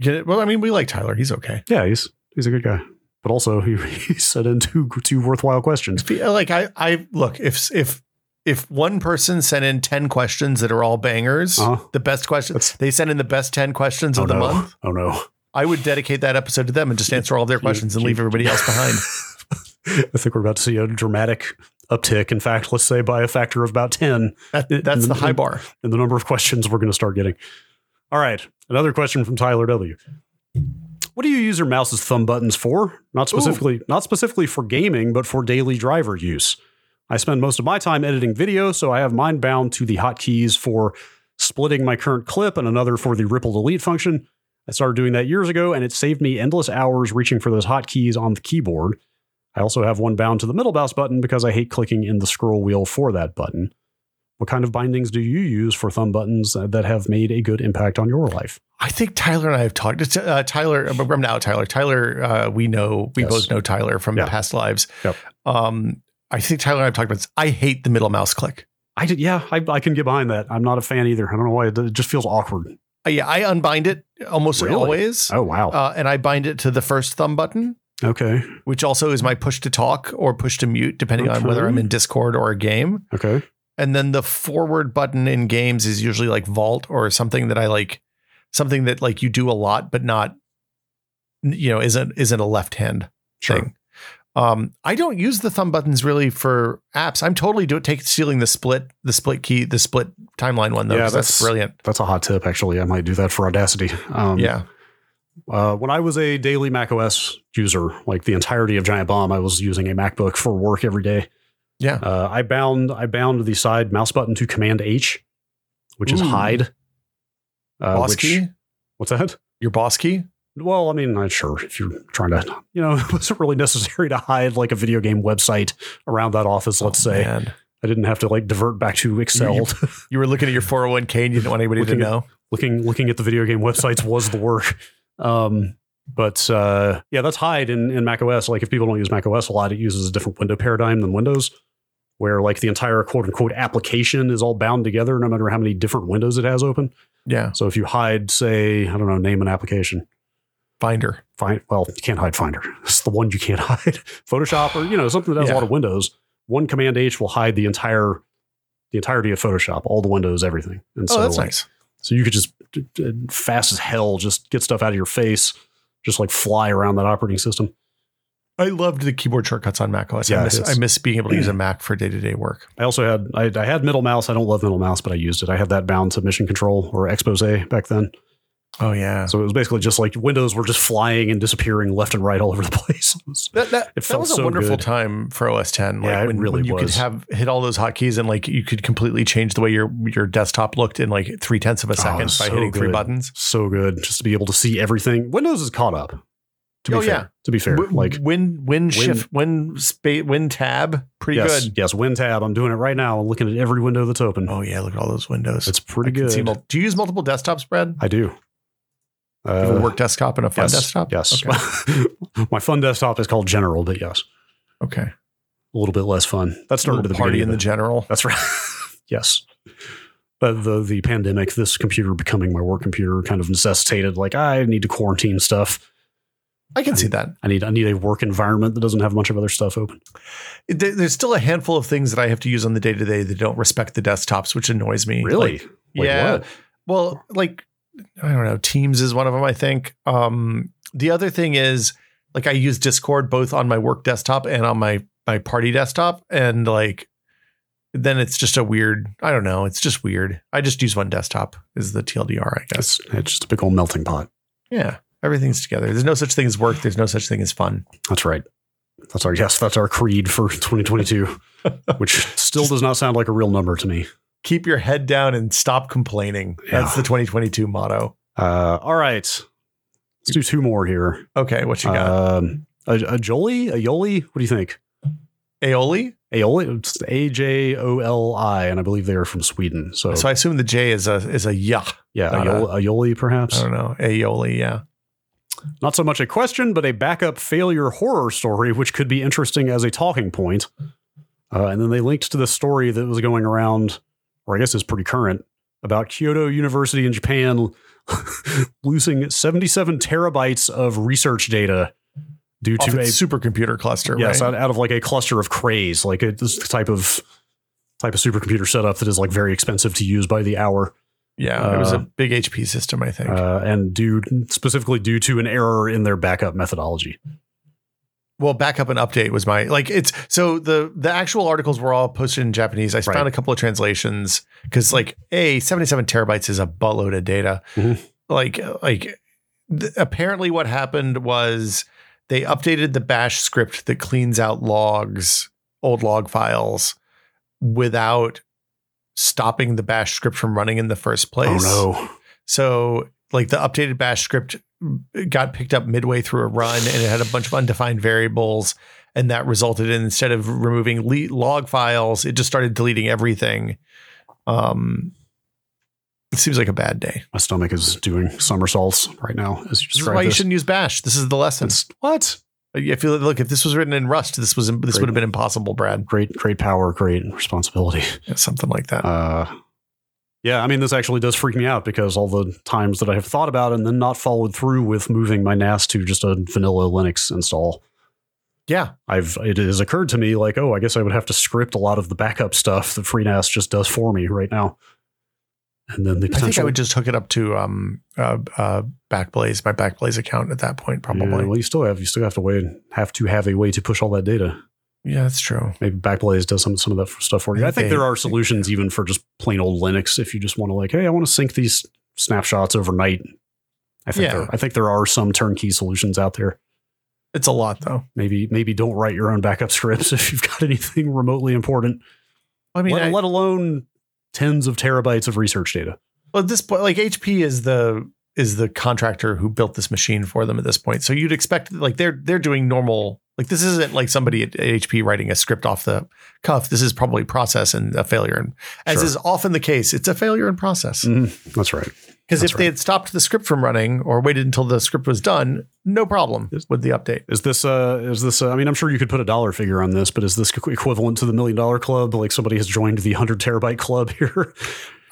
[SPEAKER 2] Get it? Well, I mean, we like Tyler. He's okay.
[SPEAKER 1] Yeah, he's he's a good guy, but also *laughs* he, he set in two two worthwhile questions.
[SPEAKER 2] It's be- uh, Like, I, I look, if, if, if one person sent in 10 questions that are all bangers,
[SPEAKER 1] Uh-huh.
[SPEAKER 2] the best questions,
[SPEAKER 1] That's-
[SPEAKER 2] they sent in the best 10 questions
[SPEAKER 1] Oh
[SPEAKER 2] of the
[SPEAKER 1] no!
[SPEAKER 2] month,
[SPEAKER 1] Oh no! *laughs*
[SPEAKER 2] I would dedicate that episode to them and just answer all of their questions and leave everybody else behind.
[SPEAKER 1] *laughs* I think we're about to see a dramatic uptick. In fact, let's say by a factor of about ten
[SPEAKER 2] That, that's the high
[SPEAKER 1] Mm-hmm.
[SPEAKER 2] bar.
[SPEAKER 1] and the number of questions we're going to start getting. All right. Another question from Tyler W. What do you use your mouse's thumb buttons for? Not specifically, not specifically for gaming, but for daily driver use. I spend most of my time editing video, so I have mine bound to the hotkeys for splitting my current clip and another for the ripple delete function. I started doing that years ago, and it saved me endless hours reaching for those hotkeys on the keyboard. I also have one bound to the middle mouse button because I hate clicking in the scroll wheel for that button. What kind of bindings do you use for thumb buttons uh, that have made a good impact on your life?
[SPEAKER 2] I think Tyler and I have talked. Uh, Tyler, I'm now Tyler. Tyler, uh, we know we
[SPEAKER 1] Yes.
[SPEAKER 2] both know Tyler from
[SPEAKER 1] Yeah.
[SPEAKER 2] past lives.
[SPEAKER 1] Yep.
[SPEAKER 2] Um, I think Tyler and I have talked about this. I hate the middle mouse click.
[SPEAKER 1] I did. Yeah, I, I can get behind that. I'm not a fan either. I don't know why. It just feels awkward.
[SPEAKER 2] Uh, yeah, I unbind it almost
[SPEAKER 1] Really?
[SPEAKER 2] always,
[SPEAKER 1] Oh wow.
[SPEAKER 2] uh, and I bind it to the first thumb button,
[SPEAKER 1] okay.
[SPEAKER 2] which also is my push to talk or push to mute, depending on whether
[SPEAKER 1] Okay.
[SPEAKER 2] I'm in Discord or a game.
[SPEAKER 1] Okay.
[SPEAKER 2] And then the forward button in games is usually like Vault or something that I like, something that like you do a lot, but not, you know, isn't isn't a left hand
[SPEAKER 1] Sure.
[SPEAKER 2] thing. Um, I don't use the thumb buttons really for apps. I'm totally do take stealing the split, the split key, the split timeline one though.
[SPEAKER 1] Yeah,
[SPEAKER 2] 'cause that's,
[SPEAKER 1] that's-
[SPEAKER 2] brilliant.
[SPEAKER 1] That's a hot tip, actually. I might do that for Audacity. Um,
[SPEAKER 2] yeah,
[SPEAKER 1] Uh, when I was a daily Mac OS user, like the entirety of Giant Bomb, I was using a MacBook for work every day.
[SPEAKER 2] Yeah.
[SPEAKER 1] Uh, I bound I bound the side mouse button to Command H, which is
[SPEAKER 2] Ooh.
[SPEAKER 1] hide. Uh,
[SPEAKER 2] boss
[SPEAKER 1] which-
[SPEAKER 2] key,
[SPEAKER 1] What's that?
[SPEAKER 2] your boss key.
[SPEAKER 1] Well, I mean, uh, sure. If you're trying to, you know, *laughs* it wasn't really necessary to hide like a video game website around that office. Let's
[SPEAKER 2] Oh,
[SPEAKER 1] say
[SPEAKER 2] man.
[SPEAKER 1] I didn't have to like divert back to Excel.
[SPEAKER 2] You- you were looking at your 401k and you didn't want anybody to
[SPEAKER 1] Looking at-
[SPEAKER 2] know.
[SPEAKER 1] *laughs* looking looking at the video game websites was the work. Um, but uh, yeah, that's hide in, in Mac OS. Like if people don't use Mac OS a lot, it uses a different window paradigm than Windows, where like the entire quote unquote application is all bound together no matter how many different windows it has open.
[SPEAKER 2] Yeah,
[SPEAKER 1] So if you hide, say, I don't know, name an application.
[SPEAKER 2] Finder.
[SPEAKER 1] Find well, you can't hide Finder. *laughs* It's the one you can't hide. Photoshop or you know, something that has
[SPEAKER 2] Yeah.
[SPEAKER 1] a lot of windows. One command H will hide the entire the entirety of Photoshop, all the windows, everything. And
[SPEAKER 2] oh, that's
[SPEAKER 1] like,
[SPEAKER 2] nice.
[SPEAKER 1] so you could just d- d- fast as hell just get stuff out of your face, just like fly around that operating system.
[SPEAKER 2] I loved the keyboard shortcuts on Mac OS. I
[SPEAKER 1] Yeah,
[SPEAKER 2] miss
[SPEAKER 1] it's-
[SPEAKER 2] I miss being able
[SPEAKER 1] *clears throat*
[SPEAKER 2] to use a Mac for day to day work.
[SPEAKER 1] I also had I, I had middle mouse. I don't love middle mouse, but I used it. I had that bound to mission control or expose back then.
[SPEAKER 2] Oh yeah,
[SPEAKER 1] So it was basically just like windows were just flying and disappearing left and right all over the *laughs* place. It was-
[SPEAKER 2] that that, that
[SPEAKER 1] felt
[SPEAKER 2] was a
[SPEAKER 1] so
[SPEAKER 2] wonderful
[SPEAKER 1] good.
[SPEAKER 2] time for OS 10.
[SPEAKER 1] Yeah, it
[SPEAKER 2] when,
[SPEAKER 1] really
[SPEAKER 2] when you could
[SPEAKER 1] was.
[SPEAKER 2] have hit all those hotkeys and like you could completely change the way your your desktop looked in like three tenths of a second
[SPEAKER 1] it's
[SPEAKER 2] by
[SPEAKER 1] Oh, so
[SPEAKER 2] hitting three
[SPEAKER 1] good.
[SPEAKER 2] buttons.
[SPEAKER 1] so good just to be able to see everything. Windows is caught up. To be
[SPEAKER 2] Oh,
[SPEAKER 1] fair,
[SPEAKER 2] yeah.
[SPEAKER 1] to be fair,
[SPEAKER 2] W-
[SPEAKER 1] like
[SPEAKER 2] win win shift win space win tab pretty
[SPEAKER 1] yes,
[SPEAKER 2] good.
[SPEAKER 1] yes, Win tab. I'm doing it right now. I'm looking at every window that's open.
[SPEAKER 2] Oh yeah, look at all those windows.
[SPEAKER 1] it's
[SPEAKER 2] I
[SPEAKER 1] pretty
[SPEAKER 2] can see
[SPEAKER 1] good.
[SPEAKER 2] mul- do you use multiple desktops, Brad?
[SPEAKER 1] I do.
[SPEAKER 2] You have a
[SPEAKER 1] Uh,
[SPEAKER 2] work desktop and a fun
[SPEAKER 1] yes,
[SPEAKER 2] desktop.
[SPEAKER 1] Yes. *laughs*
[SPEAKER 2] Okay.
[SPEAKER 1] My fun desktop is called General, but yes,
[SPEAKER 2] okay.
[SPEAKER 1] a little bit less fun. That started with
[SPEAKER 2] Little
[SPEAKER 1] the
[SPEAKER 2] party in
[SPEAKER 1] beginning,
[SPEAKER 2] the general.
[SPEAKER 1] but- *laughs* That's right. yes. But the the pandemic, this computer becoming my work computer, kind of necessitated like I need to quarantine stuff.
[SPEAKER 2] I can see that.
[SPEAKER 1] I need I need a work environment that doesn't have a bunch of other stuff open.
[SPEAKER 2] It- there- There's still a handful of things that I have to use on the day to day that don't respect the desktops, which annoys me. Like,
[SPEAKER 1] Like,
[SPEAKER 2] yeah.
[SPEAKER 1] What?
[SPEAKER 2] Well, like I don't know. Teams is one of them. I think. Um, the other thing is like I use Discord both on my work desktop and on my my party desktop, and like then it's just a weird. I don't know. It's just weird. I just use one desktop. Is the TLDR, I guess.
[SPEAKER 1] It's, it's just a big old melting pot.
[SPEAKER 2] Yeah. Everything's together. There's no such thing as work. There's no such thing as fun.
[SPEAKER 1] That's right. That's our yes. That's our creed for 2022, which still does not sound like a real number to me.
[SPEAKER 2] Keep your head down and stop complaining. That's
[SPEAKER 1] Yeah.
[SPEAKER 2] the 2022 motto.
[SPEAKER 1] Uh, all right, let's do two more here.
[SPEAKER 2] Okay, what you got?
[SPEAKER 1] Um, a, a Jolie, a Yoli. What do you think?
[SPEAKER 2] Aioli.
[SPEAKER 1] Aioli, it's A J O L I, and I believe they are from Sweden. So,
[SPEAKER 2] So I assume the J is a is a yuck.
[SPEAKER 1] yeah,
[SPEAKER 2] not
[SPEAKER 1] aioli, aioli
[SPEAKER 2] I
[SPEAKER 1] perhaps.
[SPEAKER 2] don't know. Aioli, yeah.
[SPEAKER 1] Not so much a question, but a backup failure horror story, which could be interesting as a talking point. Uh, and then they linked to the story that was going around, or I guess is pretty current, about Kyoto University in Japan *laughs* losing 77 terabytes of research data due
[SPEAKER 2] Off
[SPEAKER 1] to a
[SPEAKER 2] its supercomputer cluster,
[SPEAKER 1] Yes,
[SPEAKER 2] right?
[SPEAKER 1] out, out of like a cluster of crays, like a, this type of type of supercomputer setup that is like very expensive to use by the hour,
[SPEAKER 2] yeah, it was a
[SPEAKER 1] uh,
[SPEAKER 2] big HP system, I think.
[SPEAKER 1] uh, and due specifically due to an error in their backup methodology.
[SPEAKER 2] well, backup and update was my like it's so the the actual articles were all posted in Japanese. I
[SPEAKER 1] Right.
[SPEAKER 2] found a couple of translations because like a 77 terabytes is a buttload of data.
[SPEAKER 1] Mhm.
[SPEAKER 2] Like like th- apparently what happened was they updated the bash script that cleans out logs, old log files without stopping the bash script from running in the first place.
[SPEAKER 1] Oh
[SPEAKER 2] So like the updated bash script got picked up midway through a run and it had a bunch of undefined variables and that resulted in instead of removing le- log files it just started deleting everything um it seems like a bad day
[SPEAKER 1] no, my stomach is doing somersaults right now as you
[SPEAKER 2] this is
[SPEAKER 1] describe
[SPEAKER 2] why you
[SPEAKER 1] this.
[SPEAKER 2] shouldn't use bash this is the lesson
[SPEAKER 1] It's- what?
[SPEAKER 2] I feel like, look, if this was written in Rust, this was this would have been impossible, Brad.
[SPEAKER 1] Great, great power, great
[SPEAKER 2] *laughs*
[SPEAKER 1] responsibility.
[SPEAKER 2] Something like that.
[SPEAKER 1] Uh, yeah, I mean, this actually does freak me out because all the times that I have thought about it and then not followed through with moving my NAS to just a vanilla Linux install,
[SPEAKER 2] yeah,
[SPEAKER 1] I've it has occurred to me like, oh, I guess I would have to script a lot of the backup stuff that FreeNAS just does for me right now. And then the
[SPEAKER 2] I
[SPEAKER 1] potential
[SPEAKER 2] think I would just hook it up to um uh, uh Backblaze, my Backblaze account at that point,
[SPEAKER 1] Yeah,
[SPEAKER 2] probably.
[SPEAKER 1] well, you still have you still have to wait, have to have a way to push all that data.
[SPEAKER 2] yeah that's true.
[SPEAKER 1] Maybe Backblaze does some some of that stuff for you. I think
[SPEAKER 2] They-
[SPEAKER 1] there are solutions even for just plain old Linux if you just want to like, hey, I want to sync these snapshots overnight. I think
[SPEAKER 2] Yeah.
[SPEAKER 1] there, I think there are some turnkey solutions out there.
[SPEAKER 2] It's a lot though.
[SPEAKER 1] Maybe maybe don't write your own backup *laughs* scripts if you've got anything remotely important.
[SPEAKER 2] I mean,
[SPEAKER 1] let,
[SPEAKER 2] I-
[SPEAKER 1] let alone tens of terabytes of research data.
[SPEAKER 2] well, at this point, like HP is the is the contractor who built this machine for them at this point. So you'd expect like they're they're doing normal like this isn't like somebody at HP writing a script off the cuff. This is probably process and a failure. And as
[SPEAKER 1] Sure.
[SPEAKER 2] is often the case, it's a failure in process.
[SPEAKER 1] That's right.
[SPEAKER 2] Because if
[SPEAKER 1] That's
[SPEAKER 2] they
[SPEAKER 1] right.
[SPEAKER 2] had stopped the script from running or waited until the script was done, no problem
[SPEAKER 1] Yes.
[SPEAKER 2] with the update.
[SPEAKER 1] Is this uh is this uh, I mean I'm sure you could put a dollar figure on this, but is this equ- equivalent to the million dollar club? Like somebody has joined the hundred terabyte club *laughs* here.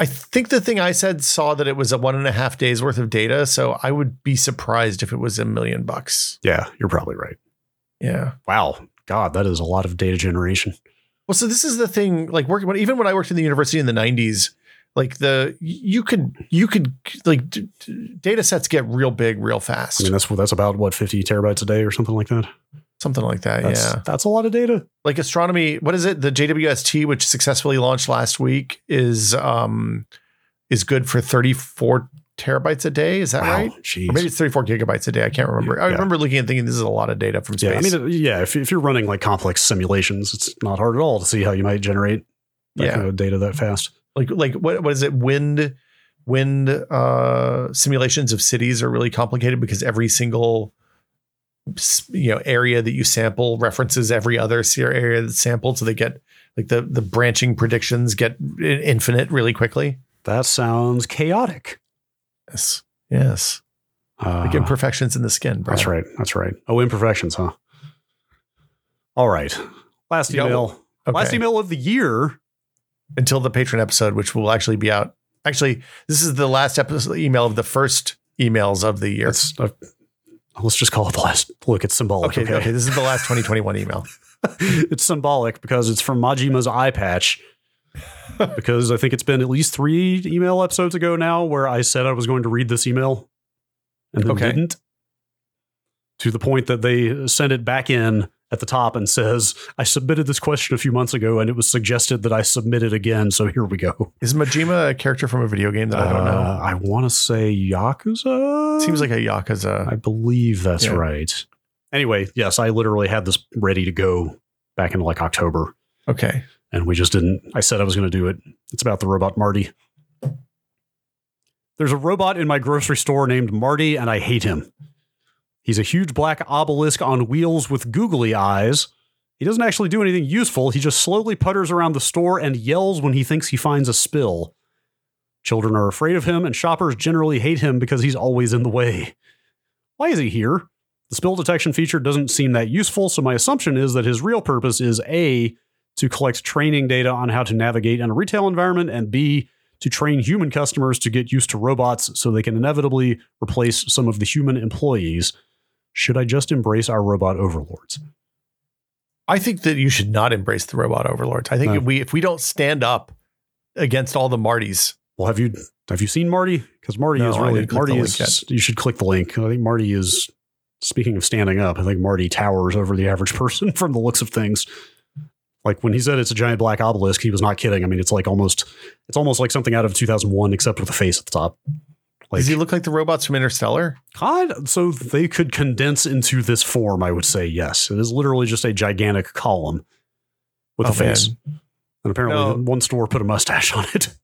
[SPEAKER 2] I think the thing I said saw that it was a one and a half days worth of data. So I would be surprised if it was a million bucks.
[SPEAKER 1] yeah, you're probably right.
[SPEAKER 2] Yeah.
[SPEAKER 1] Wow, God, that is a lot of data generation.
[SPEAKER 2] Well, so this is the thing. Like working, when, even when I worked in the university in the '90s, like the you could you could like d- d- data sets get real big real
[SPEAKER 1] I
[SPEAKER 2] fast,
[SPEAKER 1] mean that's that's about what 50 terabytes a day or something like that.
[SPEAKER 2] something like that.
[SPEAKER 1] That's,
[SPEAKER 2] yeah,
[SPEAKER 1] that's a lot of data.
[SPEAKER 2] like astronomy. What is it? The JWST, which successfully launched last week, is um is good for 34 terabytes a day. Is that
[SPEAKER 1] wow,
[SPEAKER 2] right?
[SPEAKER 1] jeez.
[SPEAKER 2] Or maybe it's 34 gigabytes a day. I can't remember. I
[SPEAKER 1] Yeah.
[SPEAKER 2] remember looking and thinking this is a lot of data from space.
[SPEAKER 1] yeah, I mean, it- yeah. If, if you're running like complex simulations, it's not hard at all to see how you might generate that
[SPEAKER 2] Yeah.
[SPEAKER 1] kind of data that fast.
[SPEAKER 2] like like what what is it wind wind uh simulations of cities are really complicated because every single s- you know area that you sample references every other se- area that's sampled so they get like the the branching predictions get i- infinite really quickly
[SPEAKER 1] That sounds chaotic.
[SPEAKER 2] yes yes
[SPEAKER 1] Uh,
[SPEAKER 2] like imperfections in the skin Brad.
[SPEAKER 1] That's right. That's right. Oh, imperfections, huh? All right. Last
[SPEAKER 2] Yeah,
[SPEAKER 1] email.
[SPEAKER 2] okay.
[SPEAKER 1] Last email of the year.
[SPEAKER 2] until the patron episode which will actually be out actually this is the last episode email of the first emails of the year
[SPEAKER 1] It's, uh, let's just call it the last. Look, it's symbolic.
[SPEAKER 2] okay,
[SPEAKER 1] Okay.
[SPEAKER 2] okay this is
[SPEAKER 1] *laughs*
[SPEAKER 2] the last 2021 email
[SPEAKER 1] it's symbolic because it's from Majima's eye patch. because I think it's been at least three email episodes ago now where I said I was going to read this email and then
[SPEAKER 2] Okay.
[SPEAKER 1] didn't. To the point that they send it back in at the top and says, I submitted this question a few months ago and it was suggested that I submit it again. So here we go.
[SPEAKER 2] Is Majima a character from a video game that I don't know?
[SPEAKER 1] Uh, I want to say Yakuza.
[SPEAKER 2] Seems like a Yakuza.
[SPEAKER 1] I believe that's
[SPEAKER 2] Yeah.
[SPEAKER 1] right. Anyway, yes, I literally had this ready to go back in like October,
[SPEAKER 2] okay.
[SPEAKER 1] and we just didn't. I said I was going to do it. It's about the robot Marty. There's a robot in my grocery store named Marty, and I hate him. He's a huge black obelisk on wheels with googly eyes. He doesn't actually do anything useful. He just slowly putters around the store and yells when he thinks he finds a spill. Children are afraid of him, and shoppers generally hate him because he's always in the way. Why is he here? The spill detection feature doesn't seem that useful, so my assumption is that his real purpose is A, to collect training data on how to navigate in a retail environment, and B, to train human customers to get used to robots so they can inevitably replace some of the human employees. Should I just embrace our robot overlords?
[SPEAKER 2] I think that you should not embrace the robot overlords. I think
[SPEAKER 1] No.
[SPEAKER 2] if we if we don't stand up against all the Martys,
[SPEAKER 1] Well, have you have you seen Marty? Because Marty
[SPEAKER 2] No,
[SPEAKER 1] is
[SPEAKER 2] I
[SPEAKER 1] really
[SPEAKER 2] didn't click
[SPEAKER 1] Marty
[SPEAKER 2] the
[SPEAKER 1] is.
[SPEAKER 2] link yet.
[SPEAKER 1] You should click the link. I think Marty is. Speaking of standing up, I think Marty towers over the average *laughs* person from the looks of things. Like when he said it's a giant black obelisk, he was not kidding. I mean, it's like almost it's almost like something out of 2001, except with a face at the top. Like
[SPEAKER 2] does he look like the robots from Interstellar?
[SPEAKER 1] God, so they could condense into this form. I would say yes. It is literally just a gigantic column with a
[SPEAKER 2] Oh, man.
[SPEAKER 1] face, and apparently
[SPEAKER 2] No.
[SPEAKER 1] one store put a mustache on it.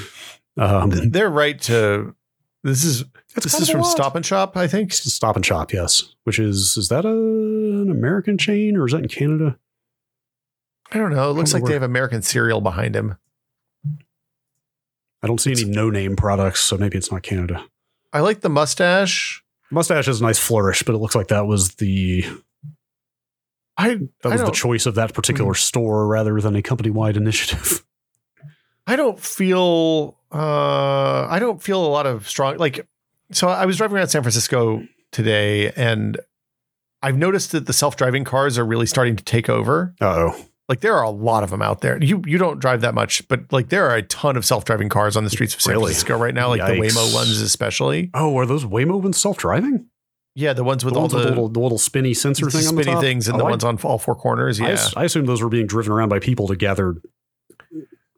[SPEAKER 1] *laughs* um,
[SPEAKER 2] They're right to this is this
[SPEAKER 1] kind
[SPEAKER 2] is
[SPEAKER 1] of a
[SPEAKER 2] from
[SPEAKER 1] lot.
[SPEAKER 2] Stop and Shop, I think.
[SPEAKER 1] Stop and Shop, yes. Which is is that a, an American chain or is that in Canada?
[SPEAKER 2] I don't know. It looks
[SPEAKER 1] Wonder
[SPEAKER 2] like they
[SPEAKER 1] where-
[SPEAKER 2] have American cereal behind him.
[SPEAKER 1] I don't see any no name products, so maybe it's not Canada.
[SPEAKER 2] I like the mustache.
[SPEAKER 1] Mustache has a nice flourish, but it looks like that was the
[SPEAKER 2] I
[SPEAKER 1] That
[SPEAKER 2] I
[SPEAKER 1] was the
[SPEAKER 2] don't- Hmm.
[SPEAKER 1] choice of that particular store rather than a company wide initiative. *laughs*
[SPEAKER 2] I don't feel uh I don't feel a lot of strong like so I was driving around San Francisco today and I've noticed that the self-driving cars are really starting to take over.
[SPEAKER 1] Uh oh.
[SPEAKER 2] Like there are a lot of them out there. You you don't drive that much, but like there are a ton of self-driving cars on the streets of San
[SPEAKER 1] Really?
[SPEAKER 2] Francisco right now, like the
[SPEAKER 1] Yikes.
[SPEAKER 2] Waymo ones especially.
[SPEAKER 1] Oh, are those Waymo ones self driving?
[SPEAKER 2] Yeah, the ones with
[SPEAKER 1] the
[SPEAKER 2] all
[SPEAKER 1] ones
[SPEAKER 2] the,
[SPEAKER 1] with little, the little spinny sensor
[SPEAKER 2] the
[SPEAKER 1] thing on the
[SPEAKER 2] spinny
[SPEAKER 1] top?
[SPEAKER 2] things and the
[SPEAKER 1] Oh, I-
[SPEAKER 2] ones on all four corners.
[SPEAKER 1] I,
[SPEAKER 2] Yeah.
[SPEAKER 1] s- I assume those were being driven around by people to gather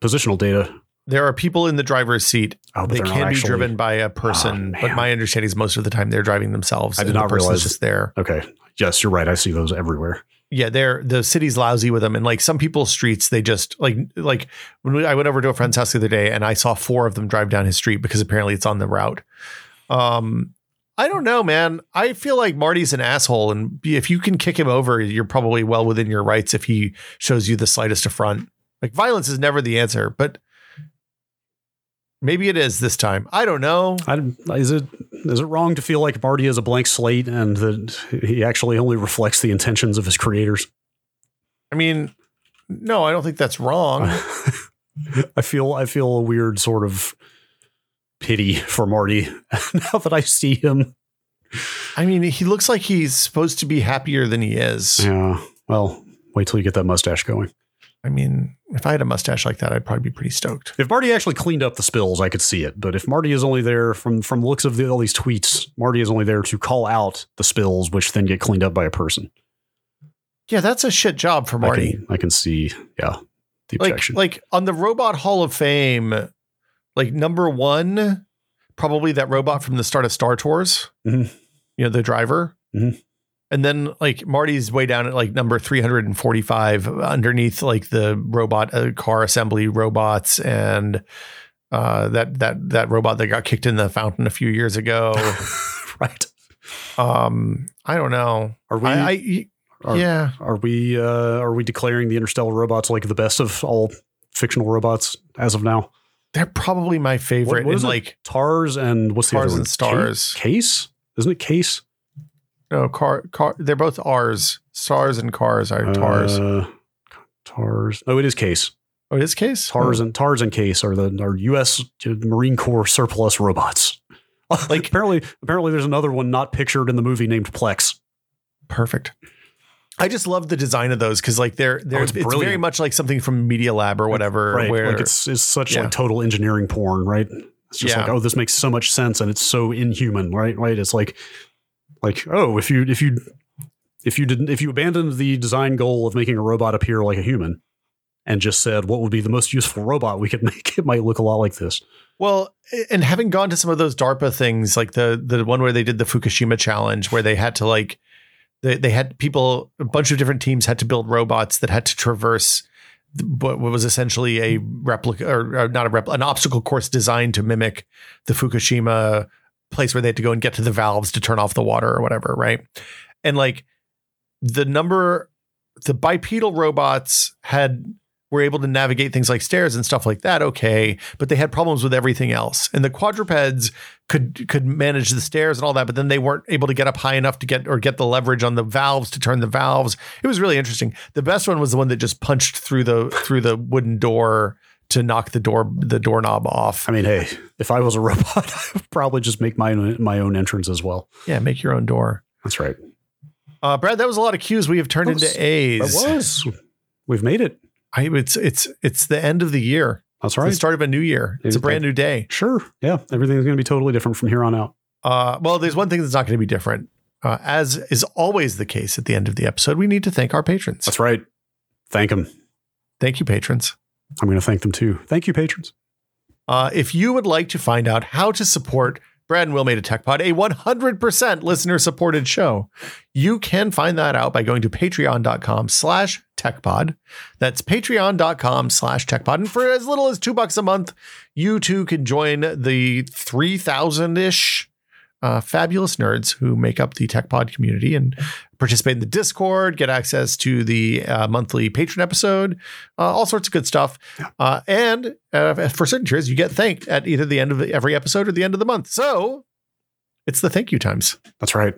[SPEAKER 1] positional data.
[SPEAKER 2] there are people in the driver's seat
[SPEAKER 1] Oh, but
[SPEAKER 2] they
[SPEAKER 1] they're not
[SPEAKER 2] can be
[SPEAKER 1] actually-
[SPEAKER 2] driven by a person,
[SPEAKER 1] Oh,
[SPEAKER 2] but
[SPEAKER 1] man.
[SPEAKER 2] my understanding is most of the time they're driving themselves.
[SPEAKER 1] I did
[SPEAKER 2] and the
[SPEAKER 1] not
[SPEAKER 2] person's
[SPEAKER 1] realize-
[SPEAKER 2] just there.
[SPEAKER 1] Okay. Yes, you're right. I see those everywhere.
[SPEAKER 2] Yeah, they're the city's lousy with them, and like some people's streets, they just like like when we, I went over to a friend's house the other day, and I saw four of them drive down his street because apparently it's on the route. Um, I don't know, man. I feel like Marty's an asshole, and if you can kick him over, you're probably well within your rights if he shows you the slightest affront. Like violence is never the answer, but maybe it is this time. I don't know.
[SPEAKER 1] I, is it is it wrong to feel like Marty is a blank slate and that he actually only reflects the intentions of his creators?
[SPEAKER 2] I mean, no, I don't think that's wrong.
[SPEAKER 1] *laughs* I feel I feel a weird sort of pity for Marty *laughs* now that I see him.
[SPEAKER 2] I mean, he looks like he's supposed to be happier than he is.
[SPEAKER 1] Yeah. Well, wait till you get that mustache going.
[SPEAKER 2] I mean, if I had a mustache like that, I'd probably be pretty stoked.
[SPEAKER 1] If Marty actually cleaned up the spills, I could see it. But if Marty is only there from from looks of the, all these tweets, Marty is only there to call out the spills, which then get cleaned up by a person.
[SPEAKER 2] Yeah, that's a shit job for
[SPEAKER 1] I
[SPEAKER 2] Marty.
[SPEAKER 1] can, I can see. Yeah. The
[SPEAKER 2] Like,
[SPEAKER 1] objection.
[SPEAKER 2] like on the Robot Hall of Fame, like number one, probably that robot from the start of Star Tours.
[SPEAKER 1] Mhm.
[SPEAKER 2] You know, the driver.
[SPEAKER 1] Mhm.
[SPEAKER 2] And then like Marty's way down at like number 345 underneath like the robot uh, car assembly robots and uh that that that robot that got kicked in the fountain a few
[SPEAKER 1] *laughs*
[SPEAKER 2] years ago.
[SPEAKER 1] *laughs* right.
[SPEAKER 2] um I don't know.
[SPEAKER 1] Are we?
[SPEAKER 2] I, I
[SPEAKER 1] are,
[SPEAKER 2] yeah.
[SPEAKER 1] Are we? Uh, are we declaring the interstellar robots like the best of all fictional robots as of now?
[SPEAKER 2] They're probably my favorite.
[SPEAKER 1] what
[SPEAKER 2] in
[SPEAKER 1] is it?
[SPEAKER 2] like
[SPEAKER 1] Tars and what's the
[SPEAKER 2] Cars
[SPEAKER 1] other one?
[SPEAKER 2] and Stars.
[SPEAKER 1] Ca- Case? Isn't it Case?
[SPEAKER 2] no car car they're both R's. Stars and cars are Tars.
[SPEAKER 1] Uh, Tars. No, it is Case.
[SPEAKER 2] oh, it is case?
[SPEAKER 1] Tars and Tars and Case are the are U.S. Marine Corps surplus robots. *laughs*
[SPEAKER 2] Like-
[SPEAKER 1] apparently, apparently, there's another one not pictured in the movie named Plex.
[SPEAKER 2] oh, Perfect. I just love the design of those because like they're they're
[SPEAKER 1] Oh, it's
[SPEAKER 2] it's, very
[SPEAKER 1] brilliant.
[SPEAKER 2] much like something from Media Lab or whatever.
[SPEAKER 1] right,
[SPEAKER 2] Where
[SPEAKER 1] like it's it's such
[SPEAKER 2] yeah.
[SPEAKER 1] like total engineering porn, right? It's just
[SPEAKER 2] Yeah.
[SPEAKER 1] like, oh, this makes so much sense, and it's so inhuman, right? Right? It's like, like oh, if you if you if you didn't if you abandoned the design goal of making a robot appear like a human, and just said what would be the most useful robot we could *laughs* make, it might look a lot like this.
[SPEAKER 2] Well, and having gone to some of those DARPA things, like the the one where they did the Fukushima challenge, where they had to like they they had people a bunch of different teams had to build robots that had to traverse th- what what was essentially a replica or, or not a replica an obstacle course designed to mimic the Fukushima place where they had to go and get to the valves to turn off the water or whatever, right? And like the number the bipedal robots had were able to navigate things like stairs and stuff like that okay but they had problems with everything else and the quadrupeds could could manage the stairs and all that but then they weren't able to get up high enough to get or get the leverage on the valves to turn the valves it was really interesting the best one was the one that just punched through the through the wooden door to knock the door the doorknob off
[SPEAKER 1] I mean, hey, if I was a *laughs* robot, I would probably just make my own, my own entrance as well.
[SPEAKER 2] yeah make your own door
[SPEAKER 1] That's right.
[SPEAKER 2] uh brad that was a lot of q's we have turned
[SPEAKER 1] That was-
[SPEAKER 2] into a's
[SPEAKER 1] That was. We've made it.
[SPEAKER 2] I, it's it's it's the end of the year
[SPEAKER 1] That's
[SPEAKER 2] it's
[SPEAKER 1] right.
[SPEAKER 2] the start of a new year it's a
[SPEAKER 1] It-
[SPEAKER 2] brand new day
[SPEAKER 1] sure. Yeah. Everything's going to be totally different from here on out.
[SPEAKER 2] Uh, well, there's one thing that's not going to be different. Uh, as is always the case at the end of the episode, we need to thank our patrons.
[SPEAKER 1] That's right. Thank them.
[SPEAKER 2] Thank you, patrons.
[SPEAKER 1] I'm going to thank them too. Thank you, patrons.
[SPEAKER 2] Uh, if you would like to find out how to support Brad and Will Made a Tech Pod, a 100% listener supported show, you can find that out by going to patreon.com slash techpod. That's patreon.com slash techpod. And for as little as two bucks a month, you too can join the 3,000 ish uh, fabulous nerds who make up the TechPod community and participate in the Discord, get access to the uh, monthly patron episode, uh, all sorts of good stuff. Uh, and uh, for certain tiers, you get thanked at either the end of every episode or the end of the month. So it's the thank you times.
[SPEAKER 1] That's right.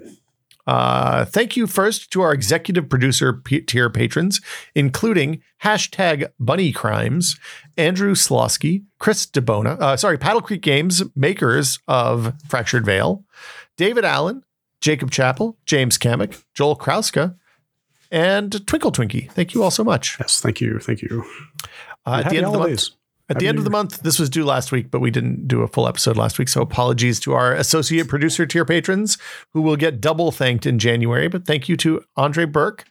[SPEAKER 2] Uh, thank you first to our executive producer p- tier patrons, including hashtag Bunny Crimes, Andrew Slosky, Chris DeBona, uh, sorry, Paddle Creek Games, makers of Fractured Veil, David Allen, Jacob Chappell, James Kamick, Joel Krauska, and Twinkle Twinkie. Thank you all so much.
[SPEAKER 1] Yes, thank you, thank you.
[SPEAKER 2] Uh,
[SPEAKER 1] And
[SPEAKER 2] at the
[SPEAKER 1] happy
[SPEAKER 2] end of the month,
[SPEAKER 1] holidays.
[SPEAKER 2] at the
[SPEAKER 1] Happy
[SPEAKER 2] end
[SPEAKER 1] New
[SPEAKER 2] of the month, this was due last week, but we didn't do a full episode last week. So apologies to our associate producer tier patrons who will get double thanked in January. But thank you to Andre Burke,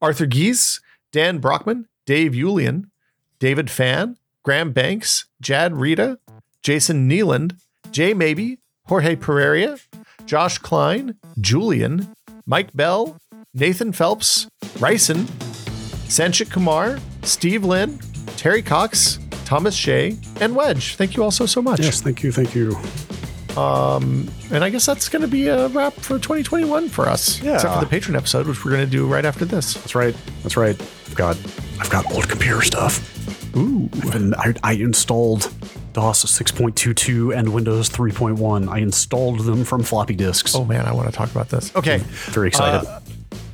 [SPEAKER 2] Arthur Gies, Dan Brockman, Dave Julian, David Fan, Graham Banks, Jad Rita, Jason Nealand, Jay Maybe, Jorge Pereira, Josh Klein, Julian, Mike Bell, Nathan Phelps, Ryson, Sanchit Kumar, Steve Lynn, Terry Cox, Thomas Shea, and Wedge. Thank you all so, so much.
[SPEAKER 1] Yes, thank you, thank you.
[SPEAKER 2] And I guess that's going to be a wrap for 2021 for us.
[SPEAKER 1] Yeah.
[SPEAKER 2] Except for the patron episode, which we're going to do right after this.
[SPEAKER 1] That's right. That's right. I've got I've got old computer stuff.
[SPEAKER 2] Ooh.
[SPEAKER 1] And I, I installed DOS 6.22 and Windows 3.1. I installed them from floppy disks. Uh,
[SPEAKER 2] Oh, man, I want to talk about this. Okay.
[SPEAKER 1] Very excited.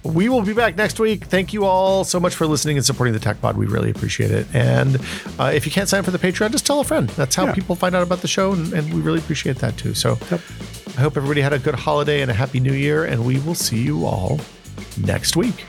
[SPEAKER 2] We will be back next week. Thank you all so much for listening and supporting the Tech Pod. We really appreciate it. And uh, if you can't sign up for the Patreon, just tell a friend. That's how
[SPEAKER 1] Yeah.
[SPEAKER 2] people find out about the show, and, and we really appreciate that too. So I hope everybody had a good holiday and a happy new year, and we will see you all next week.